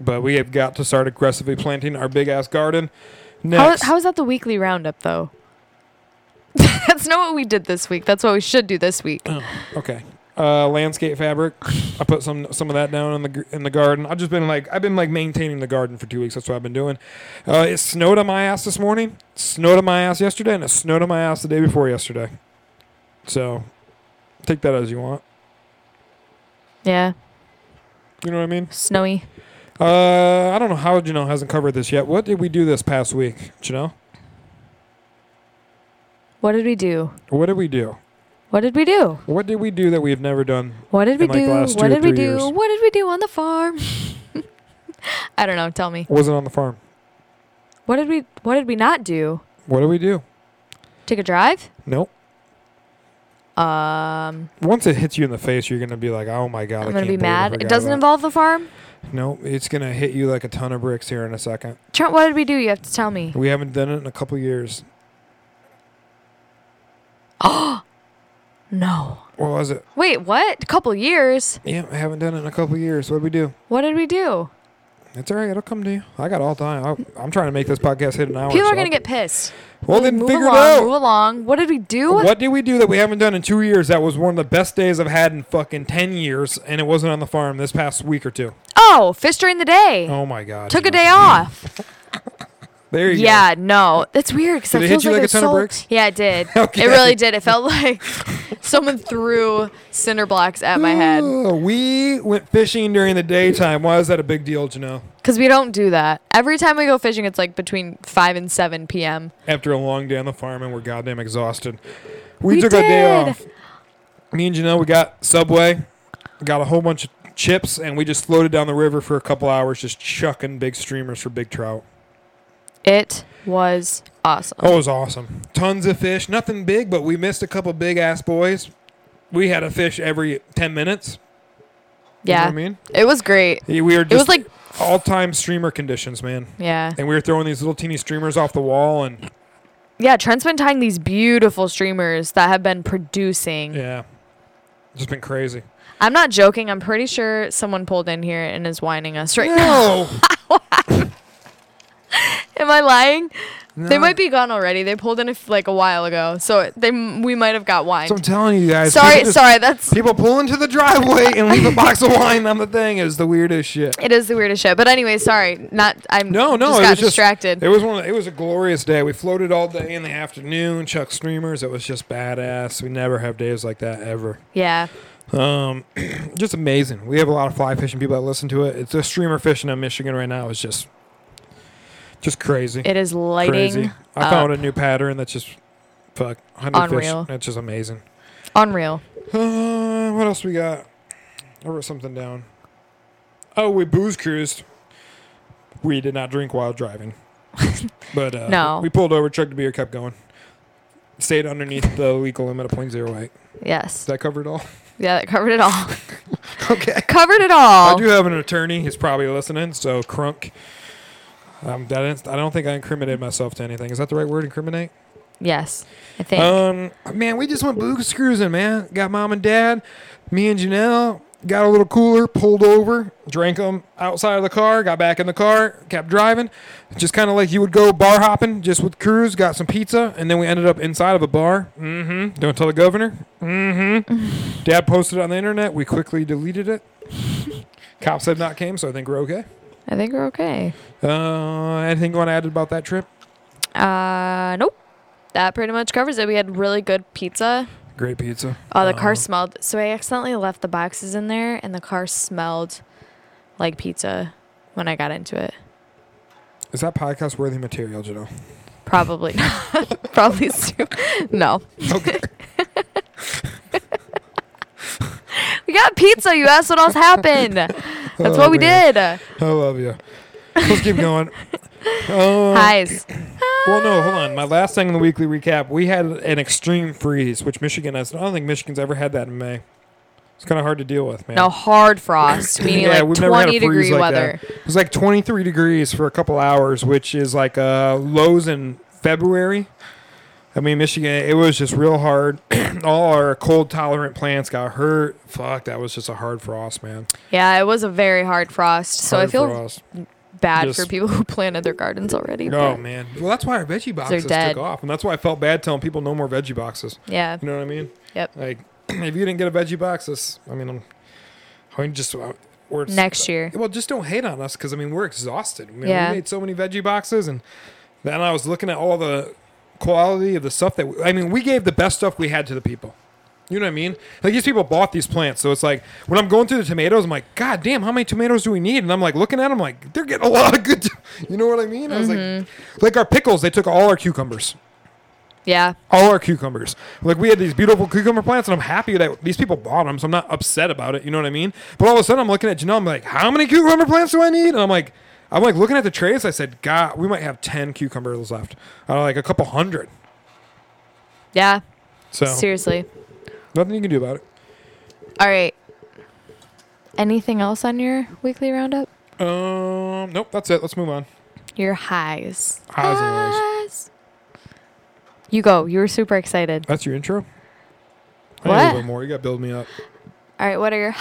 Speaker 1: But we have got to start aggressively planting our big ass garden.
Speaker 2: How,
Speaker 1: Next.
Speaker 2: how is that the weekly roundup though? (laughs) That's not what we did this week. That's what we should do this week.
Speaker 1: (clears throat) okay. Uh, landscape fabric. I put some some of that down in the gr- in the garden. I've just been like I've been like maintaining the garden for two weeks. That's what I've been doing. Uh, it snowed on my ass this morning. Snowed on my ass yesterday, and it snowed on my ass the day before yesterday. So, take that as you want.
Speaker 2: Yeah,
Speaker 1: You know what I mean?
Speaker 2: snowy.
Speaker 1: Uh, I don't know how Janelle hasn't covered this yet. What did we do this past week, Janelle?
Speaker 2: What did we do?
Speaker 1: What did we do?
Speaker 2: What did we do?
Speaker 1: What did we do that we have never done?
Speaker 2: What did we
Speaker 1: In, like, the
Speaker 2: do?
Speaker 1: last two
Speaker 2: What
Speaker 1: or
Speaker 2: did we
Speaker 1: three
Speaker 2: do?
Speaker 1: years.
Speaker 2: What did we do on the farm? (laughs) I don't know. Tell me.
Speaker 1: Wasn't on the farm.
Speaker 2: What did we? What did we not do?
Speaker 1: What did we do?
Speaker 2: Take a drive?
Speaker 1: Nope.
Speaker 2: Um,
Speaker 1: Once it hits you in the face, you're gonna be like, "Oh my god!" I
Speaker 2: I'm gonna
Speaker 1: can't
Speaker 2: be
Speaker 1: believe I
Speaker 2: mad. It
Speaker 1: forgot
Speaker 2: doesn't
Speaker 1: about
Speaker 2: involve the farm.
Speaker 1: No, it's gonna hit you like a ton of bricks here in a second.
Speaker 2: Trent, what did we do? You have to tell me.
Speaker 1: We haven't done it in a couple years.
Speaker 2: No.
Speaker 1: What was it?
Speaker 2: Wait, what? couple years?
Speaker 1: Yeah, I haven't done it in a couple years. What did we do?
Speaker 2: What did we
Speaker 1: Oh,
Speaker 2: do?
Speaker 1: It's all right. It'll come to you. I got all time. I, I'm trying to make this podcast hit an hour.
Speaker 2: People
Speaker 1: so
Speaker 2: are gonna
Speaker 1: I'll-
Speaker 2: get pissed.
Speaker 1: Well,
Speaker 2: Okay,
Speaker 1: then
Speaker 2: move
Speaker 1: figure
Speaker 2: along,
Speaker 1: it
Speaker 2: Move
Speaker 1: out.
Speaker 2: along. What did we do?
Speaker 1: What did we do that we haven't done in two years? That was one of the best days I've had in fucking ten years, and it wasn't on the farm this past week or two.
Speaker 2: Oh, fish during the day.
Speaker 1: Oh my god!
Speaker 2: Took a
Speaker 1: Gina. (laughs)
Speaker 2: day off.
Speaker 1: There you go.
Speaker 2: Yeah, no, that's weird. Cause
Speaker 1: Did
Speaker 2: that
Speaker 1: it hit
Speaker 2: feels
Speaker 1: you like a
Speaker 2: it's
Speaker 1: ton of
Speaker 2: so-
Speaker 1: bricks?
Speaker 2: (laughs) Yeah, it did.
Speaker 1: (laughs) Okay.
Speaker 2: It really did. It felt like (laughs) someone threw cinder blocks at
Speaker 1: (gasps)
Speaker 2: my head.
Speaker 1: Ooh, We went fishing during the daytime. Why is that a big deal, Janelle?
Speaker 2: Cause we don't do that. Every time we go fishing, it's like between five and seven p.m.
Speaker 1: after a long day on the farm and we're goddamn exhausted. We,
Speaker 2: We
Speaker 1: took a day
Speaker 2: did.
Speaker 1: off. Me and Janelle, we got Subway, got a whole bunch of chips, and we just floated down the river for a couple hours, just chucking big streamers for big trout.
Speaker 2: It was awesome.
Speaker 1: Oh, it was awesome. Tons of fish, nothing big, but we missed a couple big ass boys. We had a fish every 10 minutes. You know
Speaker 2: yeah,
Speaker 1: what I mean?
Speaker 2: it was great.
Speaker 1: Yeah, We were just
Speaker 2: It was like
Speaker 1: all time streamer conditions, man.
Speaker 2: yeah,
Speaker 1: And we were throwing these little teeny streamers off the wall, and
Speaker 2: yeah. Trent's been tying these beautiful streamers that have been producing.
Speaker 1: yeah, just been crazy.
Speaker 2: I'm not joking. I'm pretty sure someone pulled in here and is whining us right now.
Speaker 1: No!
Speaker 2: Am I lying? They
Speaker 1: No.
Speaker 2: might be gone already. They pulled in a f like a while ago, so they m- we might have got wine.
Speaker 1: So I'm telling you guys.
Speaker 2: Sorry,
Speaker 1: people just-
Speaker 2: sorry. That's
Speaker 1: People pull into the driveway and leave a box of wine on the thing is the weirdest shit.
Speaker 2: it is the weirdest shit. But anyway, sorry. Not I'm
Speaker 1: No, no,
Speaker 2: just
Speaker 1: it
Speaker 2: got
Speaker 1: was just-
Speaker 2: distracted.
Speaker 1: It was one. Of, the- it was a glorious day. We floated all day in the afternoon, Chuck streamers. It was just badass. We never have days like that ever.
Speaker 2: yeah,
Speaker 1: Um, just amazing. We have a lot of fly fishing people that listen to it. It's a streamer fishing in Michigan right now. It's just, just crazy.
Speaker 2: it is lighting
Speaker 1: crazy. I
Speaker 2: up.
Speaker 1: found a new pattern that's just fuck hundred fish.
Speaker 2: Unreal.
Speaker 1: That's just amazing. (gasps)
Speaker 2: unreal.
Speaker 1: Uh, what else we got? I wrote something down. Oh, we booze cruised. We did not drink while
Speaker 2: (laughs)
Speaker 1: driving, but uh,
Speaker 2: No.
Speaker 1: we pulled over, chugged a beer, kept going. Stayed underneath the legal limit of .08. Does
Speaker 2: Yes,
Speaker 1: that cover it all? (laughs)
Speaker 2: yeah, that covered it all. (laughs)
Speaker 1: okay.
Speaker 2: covered it all.
Speaker 1: I do have an attorney. He's probably listening. So crunk. Um, that is, I don't think I incriminated myself to anything. Is that the right word? Incriminate.
Speaker 2: Yes, I think.
Speaker 1: Um, man, we just went booze cruising, man. Got mom and dad, me and Janelle. Got a little cooler, pulled over, drank them outside of the car, got back in the car, kept driving. Just kind of like you would go bar hopping, just with cruise, got some pizza, and then we ended up inside of a bar. Mm-hmm. Don't tell the governor. Mm-hmm.
Speaker 2: (laughs)
Speaker 1: Dad posted it on the internet. We quickly deleted it. Cops have not came, so I think we're okay.
Speaker 2: I think we're okay.
Speaker 1: Uh, anything you want to add about that trip?
Speaker 2: Uh, nope. That pretty much covers it. We had really good pizza.
Speaker 1: Great pizza.
Speaker 2: Oh, the
Speaker 1: Uh,
Speaker 2: car smelled. So I accidentally left the boxes in there, and the car smelled like pizza when I got into it.
Speaker 1: Is that podcast worthy material,
Speaker 2: (laughs)
Speaker 1: Janelle?
Speaker 2: Probably, (laughs) probably Stu. No,
Speaker 1: Okay.
Speaker 2: we got pizza. You asked what else happened. That's
Speaker 1: Oh,
Speaker 2: what we
Speaker 1: man.
Speaker 2: did. Highs.
Speaker 1: I love you. Let's keep
Speaker 2: (laughs)
Speaker 1: going. Uh, Well, no, hold on. My last thing in the weekly recap, we had an extreme freeze, which Michigan has. I don't think Michigan's ever had that in May. It's kind of hard to deal with, man.
Speaker 2: (sighs) No hard frost.
Speaker 1: (clears throat)
Speaker 2: We need like
Speaker 1: never had a freeze
Speaker 2: 20 degree
Speaker 1: like that.
Speaker 2: weather.
Speaker 1: It was like 23 degrees for a couple hours, which is like uh, lows in February. I mean, Michigan, it was just real hard. (clears throat) All our cold tolerant plants got hurt. Fuck, that was just a hard frost, man.
Speaker 2: Yeah, it was a very hard frost. So
Speaker 1: hard
Speaker 2: I feel
Speaker 1: frost.
Speaker 2: bad
Speaker 1: Just-
Speaker 2: for people who planted their gardens already.
Speaker 1: No,
Speaker 2: but-
Speaker 1: man. Well, that's why our veggie boxes
Speaker 2: dead.
Speaker 1: took off, and that's why I felt bad telling people no more veggie boxes.
Speaker 2: Yeah.
Speaker 1: You know what I mean?
Speaker 2: Yep.
Speaker 1: Like, (clears throat) if you didn't get a veggie box, this, I mean, I'm, I mean, just uh, we're
Speaker 2: Next year.
Speaker 1: Well, just don't hate on us because I mean we're exhausted. I mean,
Speaker 2: Yeah.
Speaker 1: We made so many veggie boxes, and then I was looking at all the quality of the stuff that we, I mean we gave the best stuff we had to the people. You know what I mean? Like these people bought these plants, so it's like when I'm going through the tomatoes, I'm like, God damn, how many tomatoes do we need? And I'm like looking at them, like they're getting a lot of good. to-" (laughs) you know what I mean? I was
Speaker 2: Mm-hmm.
Speaker 1: like, like our pickles, they took all our cucumbers
Speaker 2: Yeah.
Speaker 1: all our cucumbers. Like we had these beautiful cucumber plants, and I'm happy that these people bought them, so I'm not upset about it. You know what I mean? But all of a sudden, I'm looking at Janelle. I'm like, how many cucumber plants do I need? And I'm like, I'm like looking at the trays. I said, God, we might have ten cucumbers left out of like a couple hundred.
Speaker 2: Yeah.
Speaker 1: So
Speaker 2: Seriously.
Speaker 1: nothing you can do about it.
Speaker 2: All right. Anything else on your weekly roundup?
Speaker 1: Um, nope, that's it. Let's move on.
Speaker 2: Your highs.
Speaker 1: Highs and lows.
Speaker 2: Highs. You go. You were super excited.
Speaker 1: That's your intro. I need a little
Speaker 2: What?
Speaker 1: bit more. You got to build me up.
Speaker 2: All right. What are your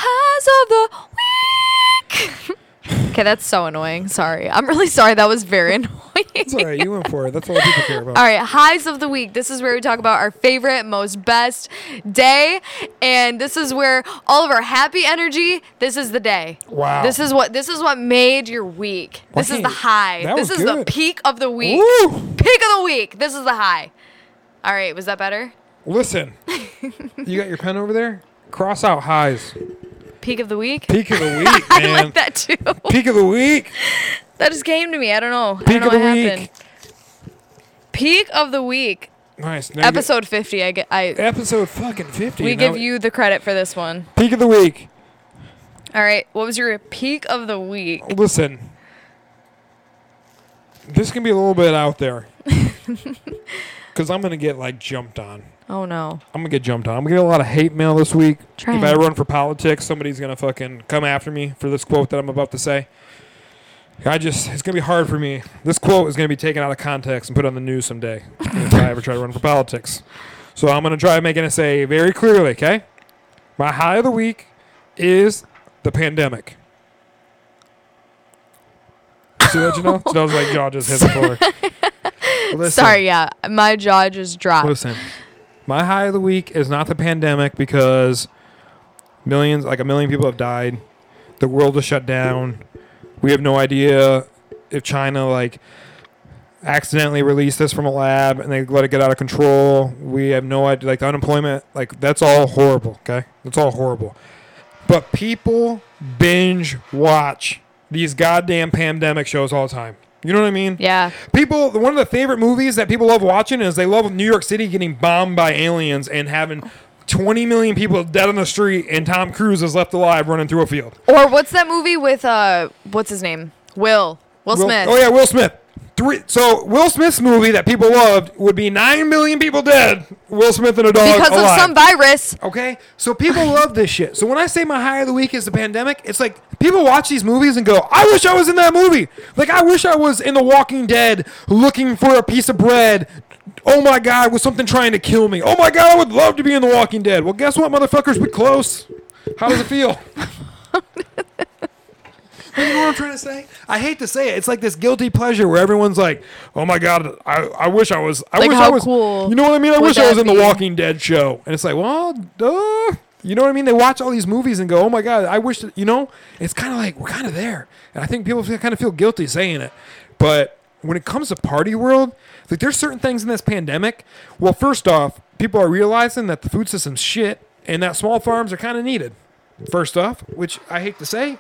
Speaker 2: highs of the week? (laughs) okay, that's so annoying. Sorry. I'm really sorry. That was very (laughs) annoying.
Speaker 1: That's all right. You went for it. That's all people care about.
Speaker 2: All right, highs of the week. This is where we talk about our favorite, most best day, and this is where all of our happy energy. This is the day.
Speaker 1: Wow.
Speaker 2: This is what this is what made your week. This is the
Speaker 1: Dang,
Speaker 2: high.
Speaker 1: that
Speaker 2: This
Speaker 1: was
Speaker 2: is the
Speaker 1: good.
Speaker 2: peak of the week.
Speaker 1: Woo!
Speaker 2: Peak of the week. This is the high. All right, was that better? (laughs)
Speaker 1: Listen, you got your pen over there. Cross out highs.
Speaker 2: Peak of the week. (laughs)
Speaker 1: Peak of the week,
Speaker 2: I
Speaker 1: man.
Speaker 2: like that too. (laughs)
Speaker 1: Peak of the week.
Speaker 2: That just came to me. I don't know. I
Speaker 1: Peak
Speaker 2: don't know
Speaker 1: of the
Speaker 2: what
Speaker 1: week.
Speaker 2: happened. Peak of the week.
Speaker 1: Nice. Now you get-
Speaker 2: Episode 50. I get I
Speaker 1: episode fucking 50.
Speaker 2: we
Speaker 1: Now
Speaker 2: give you the credit for this one.
Speaker 1: peak of the week.
Speaker 2: All right, what was your peak of the week?
Speaker 1: Listen. This can be a little bit out
Speaker 2: (laughs)
Speaker 1: there. Cuz I'm going to get like jumped on.
Speaker 2: Oh no.
Speaker 1: I'm going to get jumped on. I'm going to get a lot of hate mail this week.
Speaker 2: Try
Speaker 1: if
Speaker 2: it.
Speaker 1: I run for politics, somebody's going to fucking come after me for this quote that I'm about to say. I just it's going to be hard for me. This quote is going to be taken out of context and put on the news
Speaker 2: (laughs)
Speaker 1: someday if I ever try to run for politics. So I'm going to try making it say very clearly, okay? My high of the week is the pandemic. See that,
Speaker 2: (laughs)
Speaker 1: Janelle? Janelle's like, y'all just hit the floor. Listen.
Speaker 2: Sorry, yeah. My jaw just dropped.
Speaker 1: Listen, my high of the week is not the pandemic because millions, like a million people have died. The world is shut down. We have no idea if China like accidentally released this from a lab and they let it get out of control. We have no idea. Like the unemployment, like that's all horrible. Okay, that's all horrible. But people binge watch these goddamn pandemic shows all the time. You know what I mean?
Speaker 2: Yeah.
Speaker 1: People, one of the favorite movies that people love watching is they love New York City getting bombed by aliens and having 20 million people dead on the street, and Tom Cruise is left alive running through a field.
Speaker 2: Or what's that movie with uh what's his name? Will. Will
Speaker 1: Will-
Speaker 2: Smith.
Speaker 1: oh yeah, Will Smith. Three. So Will Smith's movie that people loved would be nine million people dead. Will Smith and a dog
Speaker 2: Because
Speaker 1: alive.
Speaker 2: of some virus.
Speaker 1: Okay, so people love this shit. So when I say my high of the week is the pandemic, it's like people watch these movies and go, "I wish I was in that movie. Like I wish I was in The Walking Dead, looking for a piece of bread. Oh my God, with something trying to kill me. Oh my God, I would love to be in The Walking Dead. Well, guess what, motherfuckers, we close. How does it feel? (laughs) You know what I'm trying to say? I hate to say it. It's like this guilty pleasure where everyone's like, "Oh my god, I, I wish I was. I
Speaker 2: Like,
Speaker 1: wish I
Speaker 2: how
Speaker 1: was.
Speaker 2: cool
Speaker 1: You know what I mean? I
Speaker 2: would
Speaker 1: wish I was
Speaker 2: that
Speaker 1: in the
Speaker 2: be?
Speaker 1: Walking Dead show." And it's like, well, duh. You know what I mean? They watch all these movies and go, "Oh my god, I wish." That, you know, it's kind of like we're kind of there, and I think people feel, kind of feel guilty saying it, but. When it comes to party world, like there's certain things in this pandemic. Well, first off, people are realizing that the food system's shit and that small farms are kind of needed. First off, which I hate to say,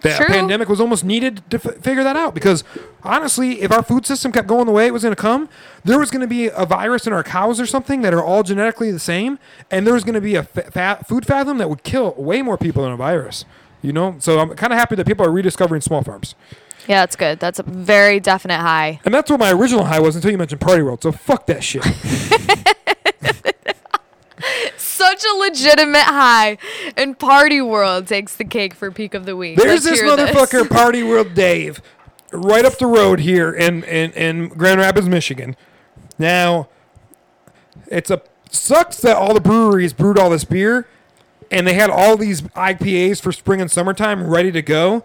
Speaker 1: that
Speaker 2: True.
Speaker 1: pandemic was almost needed to f- figure that out because honestly, if our food system kept going the way it was going to come, there was going to be a virus in our cows or something that are all genetically the same, and there was going to be a fa- fa- food fathom that would kill way more people than a virus. You know, so I'm kind of happy that people are rediscovering small farms,
Speaker 2: Yeah, that's good. That's a very definite high.
Speaker 1: and that's what my original high was until you mentioned Party World. So fuck that shit.
Speaker 2: Such a legitimate high, and Party World takes the cake for peak of the week.
Speaker 1: There's this
Speaker 2: Let's hear
Speaker 1: motherfucker, Party World Dave, right up the road here in, in, in Grand Rapids, Michigan. Now, it's a sucks that all the breweries brewed all this beer, and they had all these IPAs for spring and summertime ready to go,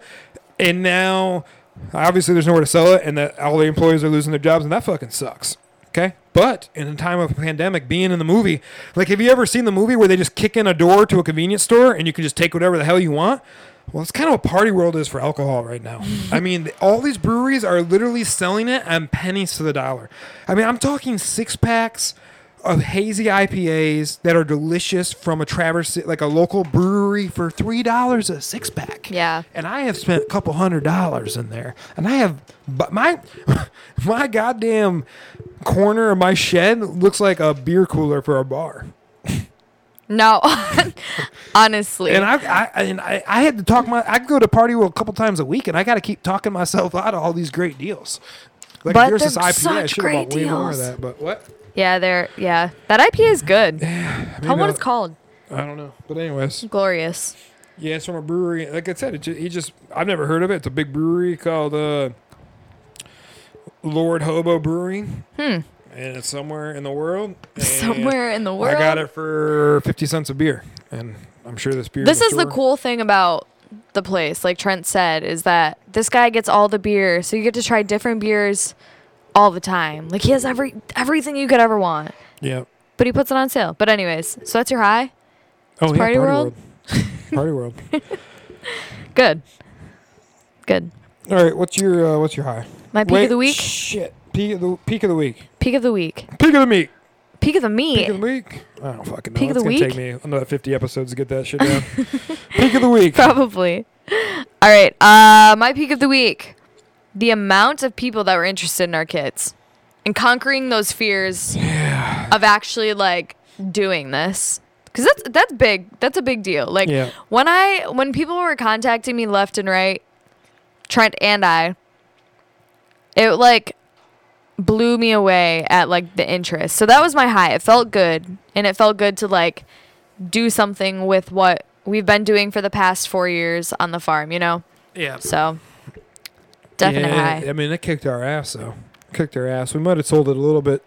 Speaker 1: and now obviously there's nowhere to sell it, and that all the employees are losing their jobs, and that fucking sucks. Okay, but in a time of a pandemic, being in the movie, like, have you ever seen the movie where they just kick in a door to a convenience store and you can just take whatever the hell you want? Well, it's kind of what party world is for alcohol right now. I mean, th- all these breweries are literally selling it on pennies to the dollar. I mean, I'm talking six packs of hazy IPAs that are delicious from a Traverse, like a local brewery, for three dollars a six pack
Speaker 2: Yeah.
Speaker 1: and I have spent a couple hundred dollars in there, and I have, but my (laughs) my goddamn corner of my shed looks like a beer cooler for a bar,
Speaker 2: (laughs) No, (laughs) honestly.
Speaker 1: and I, I and I, I had to talk my I go to party world a couple times a week, and I got to keep talking myself out of all these great deals. Like
Speaker 2: But
Speaker 1: here's
Speaker 2: they're
Speaker 1: this IPA, I
Speaker 2: such
Speaker 1: should have bought
Speaker 2: great
Speaker 1: way more of
Speaker 2: deals.
Speaker 1: that, but what?
Speaker 2: yeah, there. Yeah, that IPA is good. I don't know what
Speaker 1: I'll-
Speaker 2: it's called.
Speaker 1: I don't know, but anyways,
Speaker 2: Glorious.
Speaker 1: yeah, it's from a brewery. Like I said, it just, he just I've never heard of it. It's a big brewery called uh, Lord Hobo Brewery. Hmm. And it's somewhere in the world. and
Speaker 2: Somewhere in the world.
Speaker 1: I got it for fifty cents a beer, and I'm sure this beer.
Speaker 2: This
Speaker 1: in
Speaker 2: is the
Speaker 1: store-
Speaker 2: cool thing about the place, like Trent said, is that this guy gets all the beer, so you get to try different beers all the time. Like he has every everything you could ever want,
Speaker 1: Yeah.
Speaker 2: but he puts it on sale. But anyways, so that's your high.
Speaker 1: Oh, yeah,
Speaker 2: Party World?
Speaker 1: Party World.
Speaker 2: Good. Good.
Speaker 1: All right, what's your uh, what's your high?
Speaker 2: My peak
Speaker 1: Wait,
Speaker 2: of the week.
Speaker 1: Shit. Peak of the peak of the week.
Speaker 2: Peak of the week.
Speaker 1: Peak of the meat.
Speaker 2: Peak of the meat.
Speaker 1: Peak of the week. I don't fucking know.
Speaker 2: Peak
Speaker 1: it's
Speaker 2: of the
Speaker 1: gonna take me another fifty episodes to get that
Speaker 2: (laughs)
Speaker 1: shit down. peak of the week.
Speaker 2: (laughs) Probably. (laughs) All right. Uh, my peak of the week: the amount of people that were interested in our kids and conquering those fears of actually like doing this. Cause that's that's big. That's a big deal. Like
Speaker 1: Yeah.
Speaker 2: when I when people were contacting me left and right, Trent and I, it like blew me away at like the interest. So that was my high. It felt good, and it felt good to like do something with what we've been doing for the past four years on the farm, you know?
Speaker 1: Yeah.
Speaker 2: So, definite
Speaker 1: Yeah,
Speaker 2: high.
Speaker 1: I mean, it kicked our ass though. Kicked our ass. We might have sold it a little bit,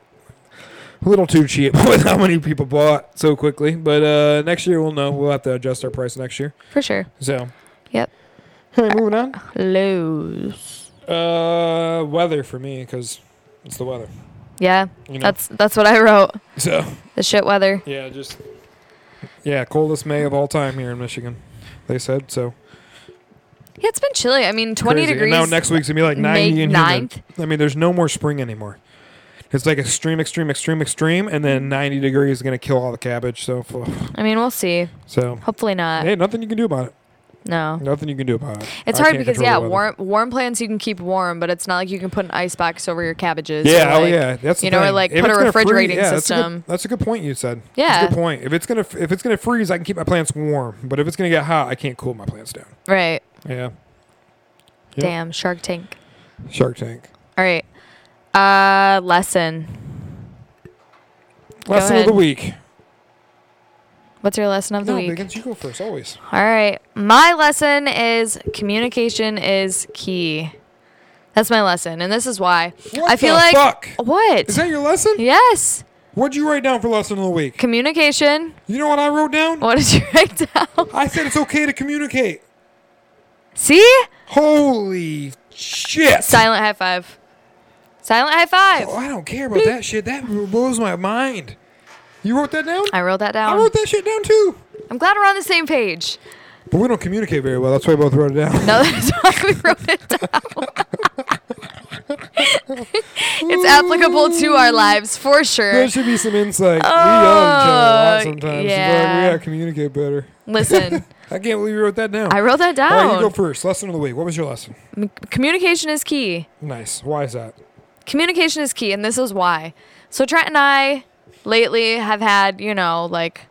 Speaker 1: a little too cheap (laughs) with how many people bought so quickly. But uh, next year we'll know. We'll have to adjust our price next year.
Speaker 2: For sure.
Speaker 1: So.
Speaker 2: Yep.
Speaker 1: All right, moving on.
Speaker 2: Lows.
Speaker 1: Uh, weather for me because it's the weather.
Speaker 2: Yeah,
Speaker 1: You know.
Speaker 2: that's that's what I wrote.
Speaker 1: so
Speaker 2: The shit weather.
Speaker 1: yeah, just yeah, coldest May of all time here in Michigan. They said so.
Speaker 2: Yeah, it's been chilly. I mean, 20
Speaker 1: Crazy.
Speaker 2: degrees.
Speaker 1: And now next week's gonna be like
Speaker 2: May
Speaker 1: ninety and humid.
Speaker 2: 9th.
Speaker 1: I mean, there's no more spring anymore. It's like extreme, extreme, extreme, extreme, and then 90 degrees is gonna kill all the cabbage. So, f-
Speaker 2: I mean, we'll see.
Speaker 1: so
Speaker 2: Hopefully not.
Speaker 1: hey, nothing you can do about it.
Speaker 2: no.
Speaker 1: Nothing you can do about it.
Speaker 2: Uh, It's
Speaker 1: Oh, I
Speaker 2: hard
Speaker 1: can't
Speaker 2: because
Speaker 1: control
Speaker 2: yeah,
Speaker 1: the weather.
Speaker 2: warm warm plants you can keep warm, but it's not like you can put an ice box over your cabbages. or,
Speaker 1: Yeah, oh
Speaker 2: like-
Speaker 1: yeah, that's the
Speaker 2: you know, or,
Speaker 1: thing.
Speaker 2: like,
Speaker 1: If
Speaker 2: put a
Speaker 1: it's gonna
Speaker 2: refrigerating
Speaker 1: freeze- yeah, that's a good-
Speaker 2: system.
Speaker 1: That's a, good point you said. that's
Speaker 2: Yeah.
Speaker 1: a good point. If it's gonna f- if it's gonna freeze, I can keep my plants warm, but if it's gonna get hot, I can't cool my plants down.
Speaker 2: Right.
Speaker 1: Yeah, Yep.
Speaker 2: Damn, Shark Tank.
Speaker 1: Shark Tank.
Speaker 2: All right. Uh, lesson. Go
Speaker 1: Lesson of the
Speaker 2: ahead.
Speaker 1: week.
Speaker 2: What's your lesson of the
Speaker 1: No,
Speaker 2: week?
Speaker 1: Biggins, you go first always.
Speaker 2: All right. My lesson is communication is key. That's my lesson. And this is why.
Speaker 1: What
Speaker 2: I feel
Speaker 1: the
Speaker 2: like
Speaker 1: fuck?
Speaker 2: what?
Speaker 1: Is that your lesson?
Speaker 2: yes.
Speaker 1: What'd you write down for lesson of the week?
Speaker 2: Communication.
Speaker 1: You know what I wrote down?
Speaker 2: What did you write down?
Speaker 1: I said it's okay to communicate.
Speaker 2: See?
Speaker 1: Holy shit!
Speaker 2: Silent high five. Silent high
Speaker 1: Oh,
Speaker 2: five.
Speaker 1: I don't care about that shit. That blows my mind. You wrote that down?
Speaker 2: I wrote that down.
Speaker 1: I wrote that shit down too.
Speaker 2: I'm glad we're on the same page.
Speaker 1: But we don't communicate very well. That's why we both wrote it down.
Speaker 2: (laughs) No, that's why we wrote it down. it's applicable to our lives for sure.
Speaker 1: There should be some insight.
Speaker 2: Oh,
Speaker 1: we yell at each other a lot sometimes. Yeah.
Speaker 2: yeah.
Speaker 1: Like, we gotta communicate better. (laughs)
Speaker 2: Listen,
Speaker 1: I can't believe you wrote that down.
Speaker 2: I wrote that
Speaker 1: All right, you go
Speaker 2: down.
Speaker 1: first. Lesson of the week. What was your lesson?
Speaker 2: M- Communication is key.
Speaker 1: Nice. Why is that?
Speaker 2: communication is key and this is why so trent and i lately have had you know like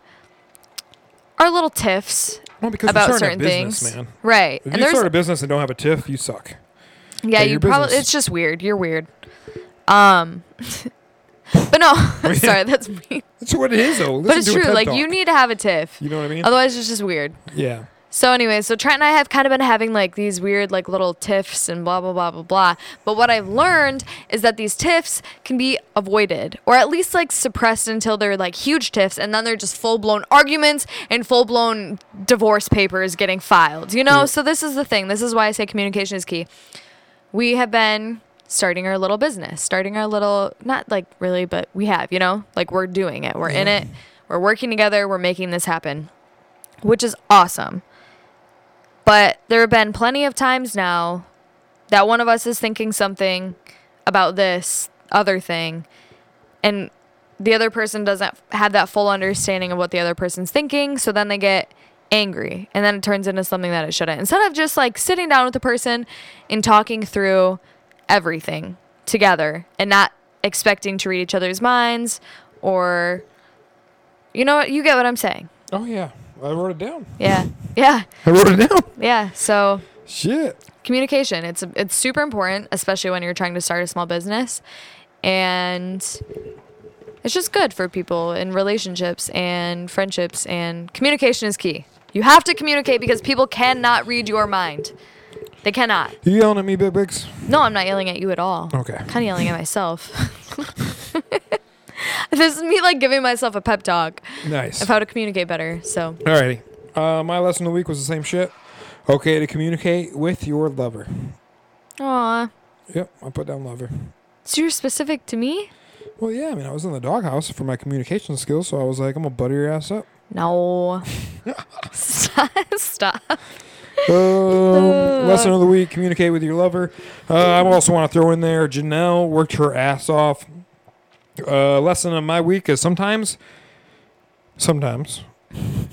Speaker 2: our little tiffs
Speaker 1: Well, because
Speaker 2: about
Speaker 1: you're starting
Speaker 2: certain
Speaker 1: a business,
Speaker 2: things
Speaker 1: man.
Speaker 2: right
Speaker 1: If
Speaker 2: and
Speaker 1: you
Speaker 2: there's
Speaker 1: start a business and don't have a tiff, you suck.
Speaker 2: yeah
Speaker 1: yeah,
Speaker 2: you
Speaker 1: your
Speaker 2: probably
Speaker 1: business.
Speaker 2: it's just weird you're weird um (laughs) But no, (laughs) sorry, that's mean.
Speaker 1: That's what it is, though. Listen
Speaker 2: But it's
Speaker 1: to a
Speaker 2: true.
Speaker 1: TED
Speaker 2: Like
Speaker 1: Talk.
Speaker 2: you need to have a tiff.
Speaker 1: You know what I mean?
Speaker 2: Otherwise, it's just weird.
Speaker 1: yeah.
Speaker 2: So anyway, so Trent and I have kind of been having like these weird like little tiffs and blah blah blah blah blah. But what I've learned is that these tiffs can be avoided or at least like suppressed until they're like huge tiffs and then they're just full-blown arguments and full-blown divorce papers getting filed. You know?
Speaker 1: Yeah.
Speaker 2: So this is the thing. This is why I say communication is key. We have been starting our little business, starting our little not like really, but we have, you know? Like we're doing it. We're in it. We're working together. We're making this happen. Which is awesome. But there have been plenty of times now that one of us is thinking something about this other thing, and the other person doesn't have that full understanding of what the other person's thinking. So then they get angry, and then it turns into something that it shouldn't. Instead of just like sitting down with the person and talking through everything together and not expecting to read each other's minds or, you know what, you get what I'm saying.
Speaker 1: Oh yeah. I wrote it down.
Speaker 2: Yeah. Yeah.
Speaker 1: I wrote it down.
Speaker 2: Yeah. So.
Speaker 1: Shit.
Speaker 2: communication it's it's super important especially when you're trying to start a small business and it's just good for people in relationships and friendships and communication is key you have to communicate because people cannot read your mind they cannot
Speaker 1: You yelling at me, Big Bigs?
Speaker 2: no i'm not yelling at you at all
Speaker 1: Okay.
Speaker 2: kind of yelling at myself (laughs) this is me like giving myself a pep talk
Speaker 1: Nice.
Speaker 2: of how to communicate better so
Speaker 1: Alrighty. Uh, my lesson of the week was the same shit. Okay, to communicate with your lover.
Speaker 2: aw
Speaker 1: Yep, I put down lover.
Speaker 2: so you're specific to me
Speaker 1: Well, yeah, I mean, I was in the doghouse for my communication skills, so I was like, I'm gonna butter your ass up.
Speaker 2: No. (laughs) stop. Stop.
Speaker 1: Um, lesson of the week: communicate with your lover. Uh, I also want to throw in there. Janelle worked her ass off. Uh, lesson of my week is sometimes, sometimes,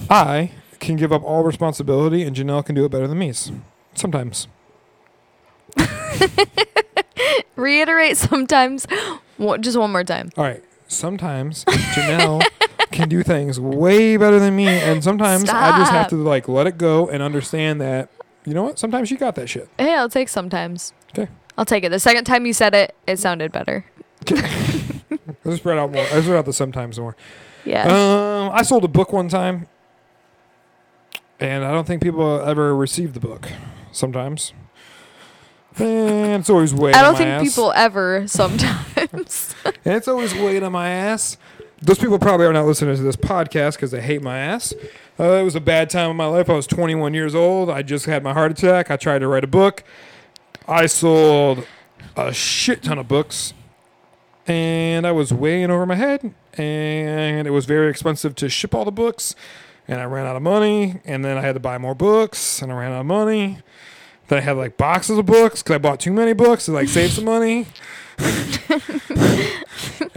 Speaker 1: I can give up all responsibility, and Janelle can do it better than me. Sometimes.
Speaker 2: Reiterate (laughs) sometimes. Wha- Just one more time.
Speaker 1: All right. Sometimes Janelle can do things way better than me, and sometimes I just have
Speaker 2: Stop.
Speaker 1: to like let it go and understand that. You know what? Sometimes you got that shit.
Speaker 2: Hey, I'll take sometimes.
Speaker 1: 'Kay.
Speaker 2: I'll take it. The second time you said it, it sounded better.
Speaker 1: Let's spread out more. Let's spread out the sometimes more.
Speaker 2: Yeah.
Speaker 1: Um, I sold a book one time, and I don't think people ever received the book. Sometimes, and it's always weight.
Speaker 2: I
Speaker 1: on
Speaker 2: don't
Speaker 1: my
Speaker 2: think
Speaker 1: ass.
Speaker 2: people ever (laughs) sometimes. (laughs)
Speaker 1: And it's always weight on my ass. Those people probably are not listening to this podcast because they hate my ass. Uh, it was a bad time in my life. I was 21 years old. I just had my heart attack. I tried to write a book. I sold a shit ton of books, and I was way in over my head. And it was very expensive to ship all the books. And I ran out of money. And then I had to buy more books. And I ran out of money. Then I had like boxes of books because I bought too many books to like save some money.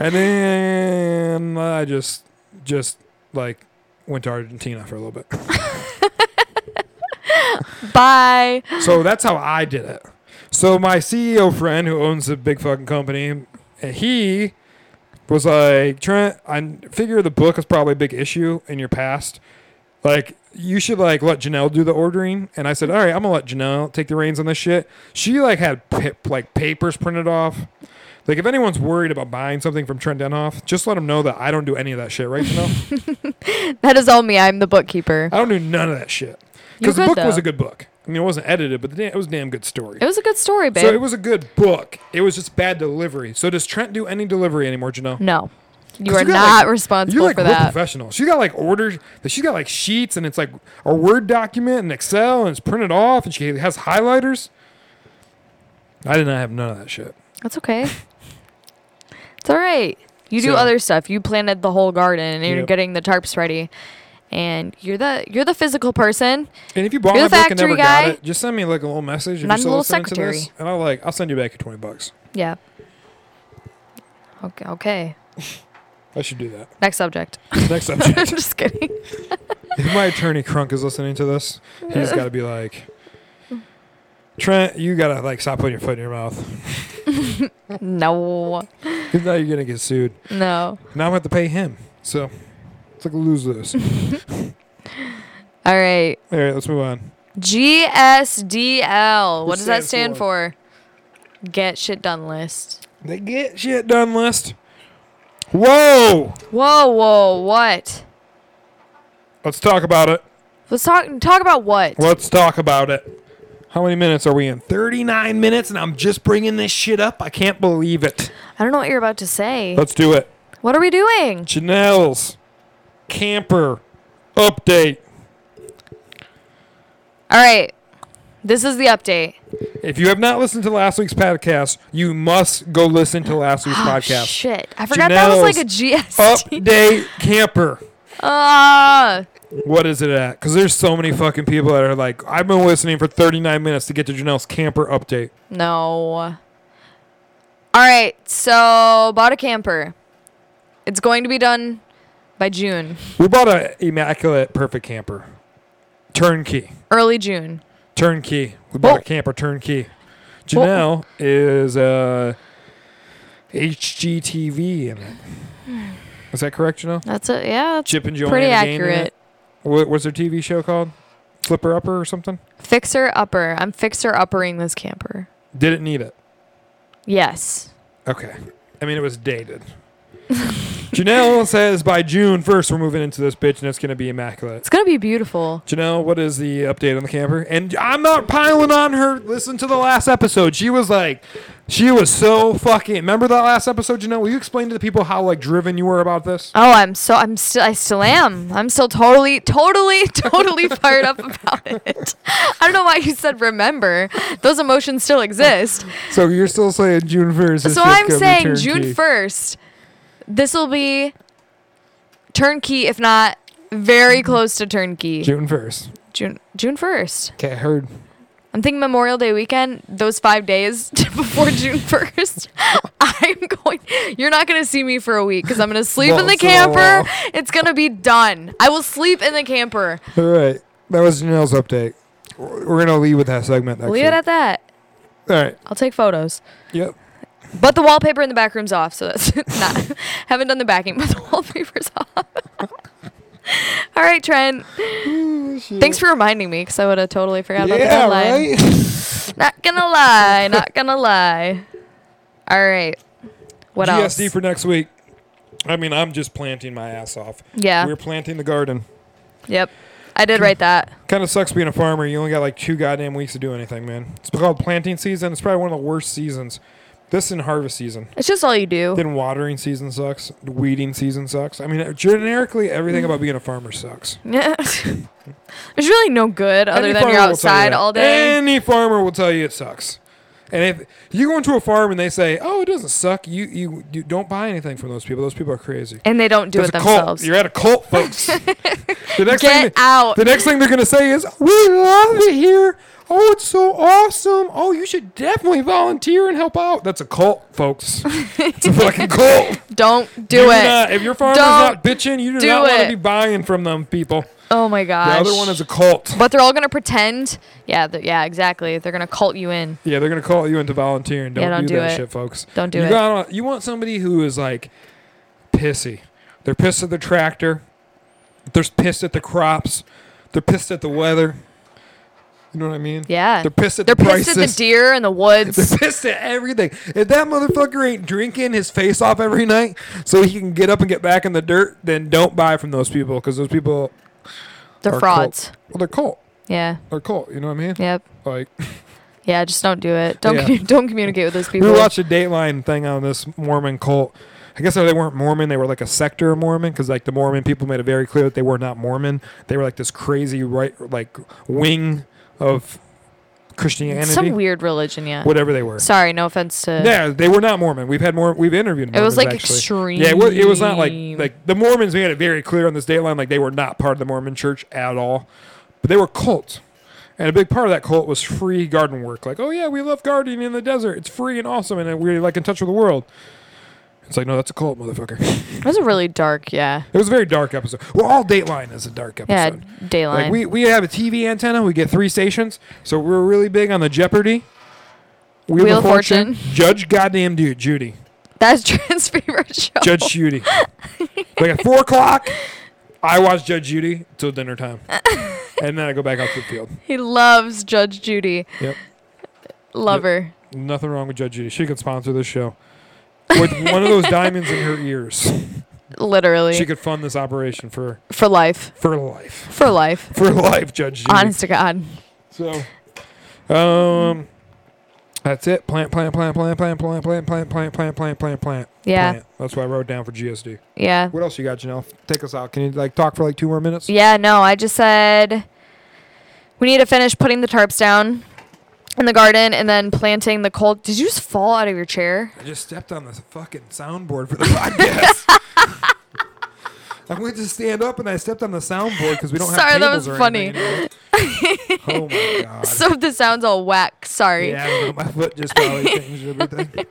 Speaker 1: And then I just just like went to Argentina for a little bit.
Speaker 2: Bye.
Speaker 1: So that's how I did it. So my CEO friend who owns a big fucking company, he was like, Trent, I figure the book is probably a big issue in your past. Like you should like let Janelle do the ordering. And I said, all right, I'm gonna let Janelle take the reins on this shit. She like had pip, like papers printed off. Like if anyone's worried about buying something from Trent Denhoff, just let them know that I don't do any of that shit, right, Janelle?
Speaker 2: That is all me. I'm the bookkeeper.
Speaker 1: I don't do none of that shit.
Speaker 2: You
Speaker 1: Because Uh, the
Speaker 2: could,
Speaker 1: book was
Speaker 2: though.
Speaker 1: a good book. I mean, it wasn't edited, but the da- it was a damn good story.
Speaker 2: It was a good story, babe.
Speaker 1: so it was a good book. It was just bad delivery. So does Trent do any delivery anymore, Janelle?
Speaker 2: no. You
Speaker 1: 'Cause
Speaker 2: are
Speaker 1: you got,
Speaker 2: not
Speaker 1: like-
Speaker 2: responsible
Speaker 1: You're like
Speaker 2: for
Speaker 1: real
Speaker 2: that.
Speaker 1: professional. She's got like orders. She's got like sheets, and it's like a Word document in Excel, and it's printed off, and she has highlighters. I did not have none of that shit.
Speaker 2: That's okay.
Speaker 1: (laughs)
Speaker 2: it's all right. You do
Speaker 1: So-
Speaker 2: other stuff. You planted the whole garden and you're
Speaker 1: Yep.
Speaker 2: getting the tarps ready. And you're the you're the physical person.
Speaker 1: And if you bought
Speaker 2: You're
Speaker 1: my
Speaker 2: the
Speaker 1: book and
Speaker 2: factory
Speaker 1: never
Speaker 2: guy.
Speaker 1: got it, just send me like a little message. If
Speaker 2: And I'm
Speaker 1: you're
Speaker 2: the
Speaker 1: still
Speaker 2: little
Speaker 1: listening to this,
Speaker 2: secretary.
Speaker 1: and I'll like I'll send you back your twenty bucks.
Speaker 2: Yeah. Okay. Okay.
Speaker 1: I should do that.
Speaker 2: Next
Speaker 1: (laughs)
Speaker 2: subject. (laughs)
Speaker 1: Next subject.
Speaker 2: I'm just kidding.
Speaker 1: If my attorney Crunk is listening to this, he's got to be like, Trent, you gotta like stop putting your foot in your mouth.
Speaker 2: No.
Speaker 1: 'Cause now you're gonna get sued.
Speaker 2: No.
Speaker 1: Now I'm gonna have to pay him. So it's like a lose lose. All
Speaker 2: All right.
Speaker 1: right, let's move on.
Speaker 2: GSDL. What
Speaker 1: What
Speaker 2: does that
Speaker 1: stands
Speaker 2: stand for? Get shit done list.
Speaker 1: The get shit done list. Whoa!
Speaker 2: Whoa, whoa, what?
Speaker 1: Let's talk about it.
Speaker 2: Let's talk talk about what?
Speaker 1: Let's talk about it. How many minutes are we in? 39 minutes, and I'm just bringing this shit up. I can't believe it.
Speaker 2: I don't know what you're about to say.
Speaker 1: Let's do it.
Speaker 2: what are we doing?
Speaker 1: Janelle's camper update.
Speaker 2: All right. This is the update.
Speaker 1: If you have not listened to last week's podcast, you must go listen to last week's
Speaker 2: Oh,
Speaker 1: podcast.
Speaker 2: shit. I forgot that was like a GST.
Speaker 1: Update camper.
Speaker 2: Ah.
Speaker 1: What is it at? Because there's so many fucking people that are like, I've been listening for 39 minutes to get to Janelle's camper update.
Speaker 2: no. All right. So, bought a camper. It's going to be done by June,
Speaker 1: We bought a immaculate perfect camper, turnkey,
Speaker 2: early June.
Speaker 1: turnkey. We bought
Speaker 2: Oh.
Speaker 1: a camper turnkey. Janelle is a HGTV in it. Is that correct, Janelle?
Speaker 2: That's it. Yeah, that's
Speaker 1: Chip and Joanna.
Speaker 2: pretty
Speaker 1: Gaines in it?
Speaker 2: accurate.
Speaker 1: What was their TV show called? Flipper Upper or something?
Speaker 2: Fixer upper. I'm fixer uppering this camper.
Speaker 1: Didn't need it.
Speaker 2: Yes.
Speaker 1: Okay. I mean, it was
Speaker 2: (laughs)
Speaker 1: dated. Janelle says by June 1st, we're moving into this bitch and it's going to be immaculate.
Speaker 2: It's going to be beautiful.
Speaker 1: Janelle, what is the update on the camper? And I'm not piling on her. Listen to the last episode. She was like, she was so fucking. Remember that last episode, Janelle? Will you explain to the people how like driven you were about this?
Speaker 2: Oh, I'm so I'm still I still am. I'm still totally, totally, (laughs) totally fired up about it. (laughs) I don't know why you said remember. Those emotions still exist.
Speaker 1: So you're still saying June 1st. this
Speaker 2: so
Speaker 1: shit's
Speaker 2: I'm
Speaker 1: gonna be
Speaker 2: saying June
Speaker 1: turnkey.
Speaker 2: first, this will be turnkey, if not
Speaker 1: Mm-hmm.
Speaker 2: very close to turnkey.
Speaker 1: June 1st.
Speaker 2: June June first.
Speaker 1: Okay, heard.
Speaker 2: I'm thinking Memorial Day weekend, those five days (laughs) before
Speaker 1: (laughs)
Speaker 2: June 1st. I'm going, you're not going to see me for a week because I'm going to sleep in the
Speaker 1: Balls to the wall.
Speaker 2: camper. It's going to be done. I will sleep in the camper.
Speaker 1: All right. That was Janelle's update. We're going to leave with that segment. Next
Speaker 2: Leave it at that.
Speaker 1: All right.
Speaker 2: I'll take photos.
Speaker 1: Yep.
Speaker 2: But the wallpaper in the back room's off, so that's (laughs) not, haven't done the backing, but the (laughs) wallpaper's off. All
Speaker 1: (sighs)
Speaker 2: right, Trent. Thanks for reminding me because I would have totally forgot about the
Speaker 1: yeah,
Speaker 2: deadline.
Speaker 1: right?
Speaker 2: Not going to lie. Not going to lie. All right. (laughs) What
Speaker 1: GSD
Speaker 2: else?
Speaker 1: for next week. I mean, I'm just planting my ass off.
Speaker 2: yeah.
Speaker 1: We're planting the garden.
Speaker 2: Yep. I did write that.
Speaker 1: Kind of sucks being a farmer. You only got like two goddamn weeks to do anything, man. It's called planting season. It's probably one of the worst seasons. This and harvest season.
Speaker 2: It's just all you do.
Speaker 1: Then watering season sucks. Weeding season sucks. I mean, generically,
Speaker 2: Mm.
Speaker 1: everything about being a farmer sucks.
Speaker 2: (laughs) There's really no good other
Speaker 1: Any
Speaker 2: than
Speaker 1: farmer
Speaker 2: you're
Speaker 1: will tell you
Speaker 2: outside
Speaker 1: that.
Speaker 2: all day.
Speaker 1: Any farmer will tell you it sucks. And if you go into a farm and they say, "Oh, it doesn't suck," you you, you don't buy anything from those people. Those people are crazy.
Speaker 2: And they don't do
Speaker 1: There's
Speaker 2: it
Speaker 1: a cult.
Speaker 2: themselves.
Speaker 1: You're at a cult, folks.
Speaker 2: (laughs)
Speaker 1: the next
Speaker 2: Get
Speaker 1: thing,
Speaker 2: out.
Speaker 1: The next thing they're gonna say is, "We love it here. Oh, it's so awesome. Oh, you should definitely volunteer and help out." That's a cult, folks. it's a
Speaker 2: (laughs)
Speaker 1: fucking cult.
Speaker 2: Don't
Speaker 1: You
Speaker 2: do it.
Speaker 1: not- if your farmer's
Speaker 2: Don't
Speaker 1: not bitching, you do,
Speaker 2: do
Speaker 1: not want
Speaker 2: it.
Speaker 1: to be buying from them people.
Speaker 2: Oh my
Speaker 1: The
Speaker 2: gosh.
Speaker 1: other one is a cult.
Speaker 2: but they're all going to pretend. Yeah, th- yeah, exactly. They're going to cult you in.
Speaker 1: Yeah, they're gonna call you into volunteering. Don't,
Speaker 2: Yeah, don't
Speaker 1: do,
Speaker 2: do
Speaker 1: that
Speaker 2: it.
Speaker 1: shit, folks.
Speaker 2: Don't do
Speaker 1: you
Speaker 2: it.
Speaker 1: Gotta, you want somebody who is like pissy. They're pissed at the tractor. They're pissed at the crops. They're pissed at the weather. You know what I mean?
Speaker 2: Yeah.
Speaker 1: They're
Speaker 2: They're,
Speaker 1: pissed at the
Speaker 2: pissed
Speaker 1: prices.
Speaker 2: at the deer in the
Speaker 1: (laughs)
Speaker 2: woods.
Speaker 1: They're pissed at everything. If that motherfucker ain't drinking his face off every night so he can get up and get back in the dirt, then don't buy from those people because those people
Speaker 2: They're
Speaker 1: are
Speaker 2: frauds.
Speaker 1: Cult. Well, they're cult.
Speaker 2: Yeah.
Speaker 1: They're cult. You know what I mean?
Speaker 2: Yep.
Speaker 1: Like.
Speaker 2: Yeah, just don't do it. Don't
Speaker 1: Yeah.
Speaker 2: commu- (laughs) don't communicate with those people.
Speaker 1: We watched a Dateline thing on this Mormon cult. I guess they weren't Mormon. They were like a sector of Mormon because like the Mormon people made it very clear that they were not Mormon. They were like this crazy right like wing of Christianity,
Speaker 2: Some weird religion, yeah.
Speaker 1: whatever they were.
Speaker 2: Sorry, no offense to
Speaker 1: Yeah, they were not Mormon. We've had more. We've interviewed.
Speaker 2: It
Speaker 1: Mormons,
Speaker 2: was like
Speaker 1: actually.
Speaker 2: extreme.
Speaker 1: Yeah, it was, it was not like like the Mormons made it very clear on this dateline like they were not part of the Mormon Church at all, but they were cult, and a big part of that cult was free garden work. Like, oh yeah, we love gardening in the desert. It's free and awesome, and we're like in touch with the world. It's like no, that's a cult, motherfucker. (laughs) it
Speaker 2: It was a really dark, yeah.
Speaker 1: was a very dark episode. Well, all Dateline is a dark
Speaker 2: Yeah,
Speaker 1: episode.
Speaker 2: dayline.
Speaker 1: Like we, we have a TV antenna. We get three stations, so we're really big on the Jeopardy,
Speaker 2: Wheel of Fortune.
Speaker 1: Judge Goddamn Dude Judy,
Speaker 2: That's (laughs) Trent's favorite show.
Speaker 1: Judge Judy. like at four o'clock, I watch Judge Judy till dinner time, and then I go back out to the field.
Speaker 2: he loves Judge Judy.
Speaker 1: Yep.
Speaker 2: Lover.
Speaker 1: Nothing wrong with Judge Judy. She could sponsor this show. with one of those diamonds in her ears.
Speaker 2: Literally.
Speaker 1: She could fund this operation for
Speaker 2: for life.
Speaker 1: for life.
Speaker 2: For life.
Speaker 1: For life, Judge Judy.
Speaker 2: Honest to God.
Speaker 1: So, um, that's it. Plant, plant, plant, plant, plant, plant, plant, plant, plant, plant, plant, plant, plant.
Speaker 2: Yeah.
Speaker 1: Plant. That's what I wrote down for GSD.
Speaker 2: Yeah.
Speaker 1: What else you got, Janelle? Take us out. Can you like talk for like two more minutes?
Speaker 2: Yeah, no, I just said we need to finish putting the tarps down in the garden and then planting the cold. Did you just fall out of your chair? (laughs)
Speaker 1: I just stepped on the fucking soundboard for the (laughs) podcast. I went to stand up and I stepped on the soundboard because we don't
Speaker 2: Sorry,
Speaker 1: have
Speaker 2: that
Speaker 1: tables
Speaker 2: was
Speaker 1: or
Speaker 2: funny. (laughs)
Speaker 1: anything, you know? oh my god.
Speaker 2: So if this sounds all whack, sorry.
Speaker 1: yeah, I don't know. my foot just
Speaker 2: (laughs)
Speaker 1: probably changed everything.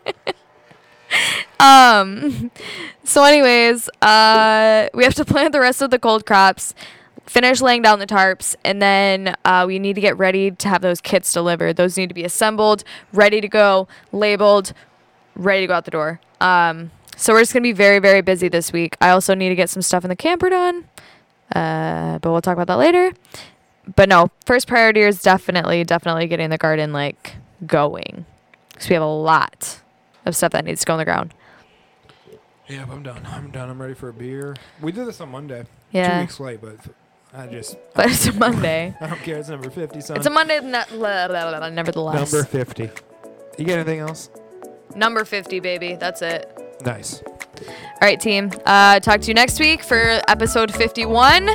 Speaker 2: Um (laughs) so anyways, uh we have to plant the rest of the cold crops, finish laying down the tarps, and then uh, we need to get ready to have those kits delivered. Those need to be assembled, ready to go, labeled, ready to go out the door. Um, so we're just gonna be very, very busy this week. I also need to get some stuff in the camper done, uh, but we'll talk about that later. But no, first priority is definitely, definitely getting the garden like going, because we have a lot of stuff that needs to go on the ground.
Speaker 1: Yeah, I'm done. I'm done. I'm ready for a beer. We did this on Monday. Two
Speaker 2: Yeah,
Speaker 1: weeks late, but I just
Speaker 2: but it's
Speaker 1: (laughs)
Speaker 2: a Monday.
Speaker 1: I don't care. It's number 50, son.
Speaker 2: It's a Monday, ne- la- la- la- la- nevertheless.
Speaker 1: number 50. You got anything else?
Speaker 2: Number 50, baby. That's it.
Speaker 1: Nice.
Speaker 2: All right, team. Uh, talk to you next week for episode 51.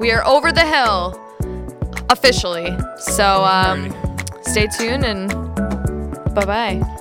Speaker 2: We are over the hill um, officially. So um, stay tuned and bye bye.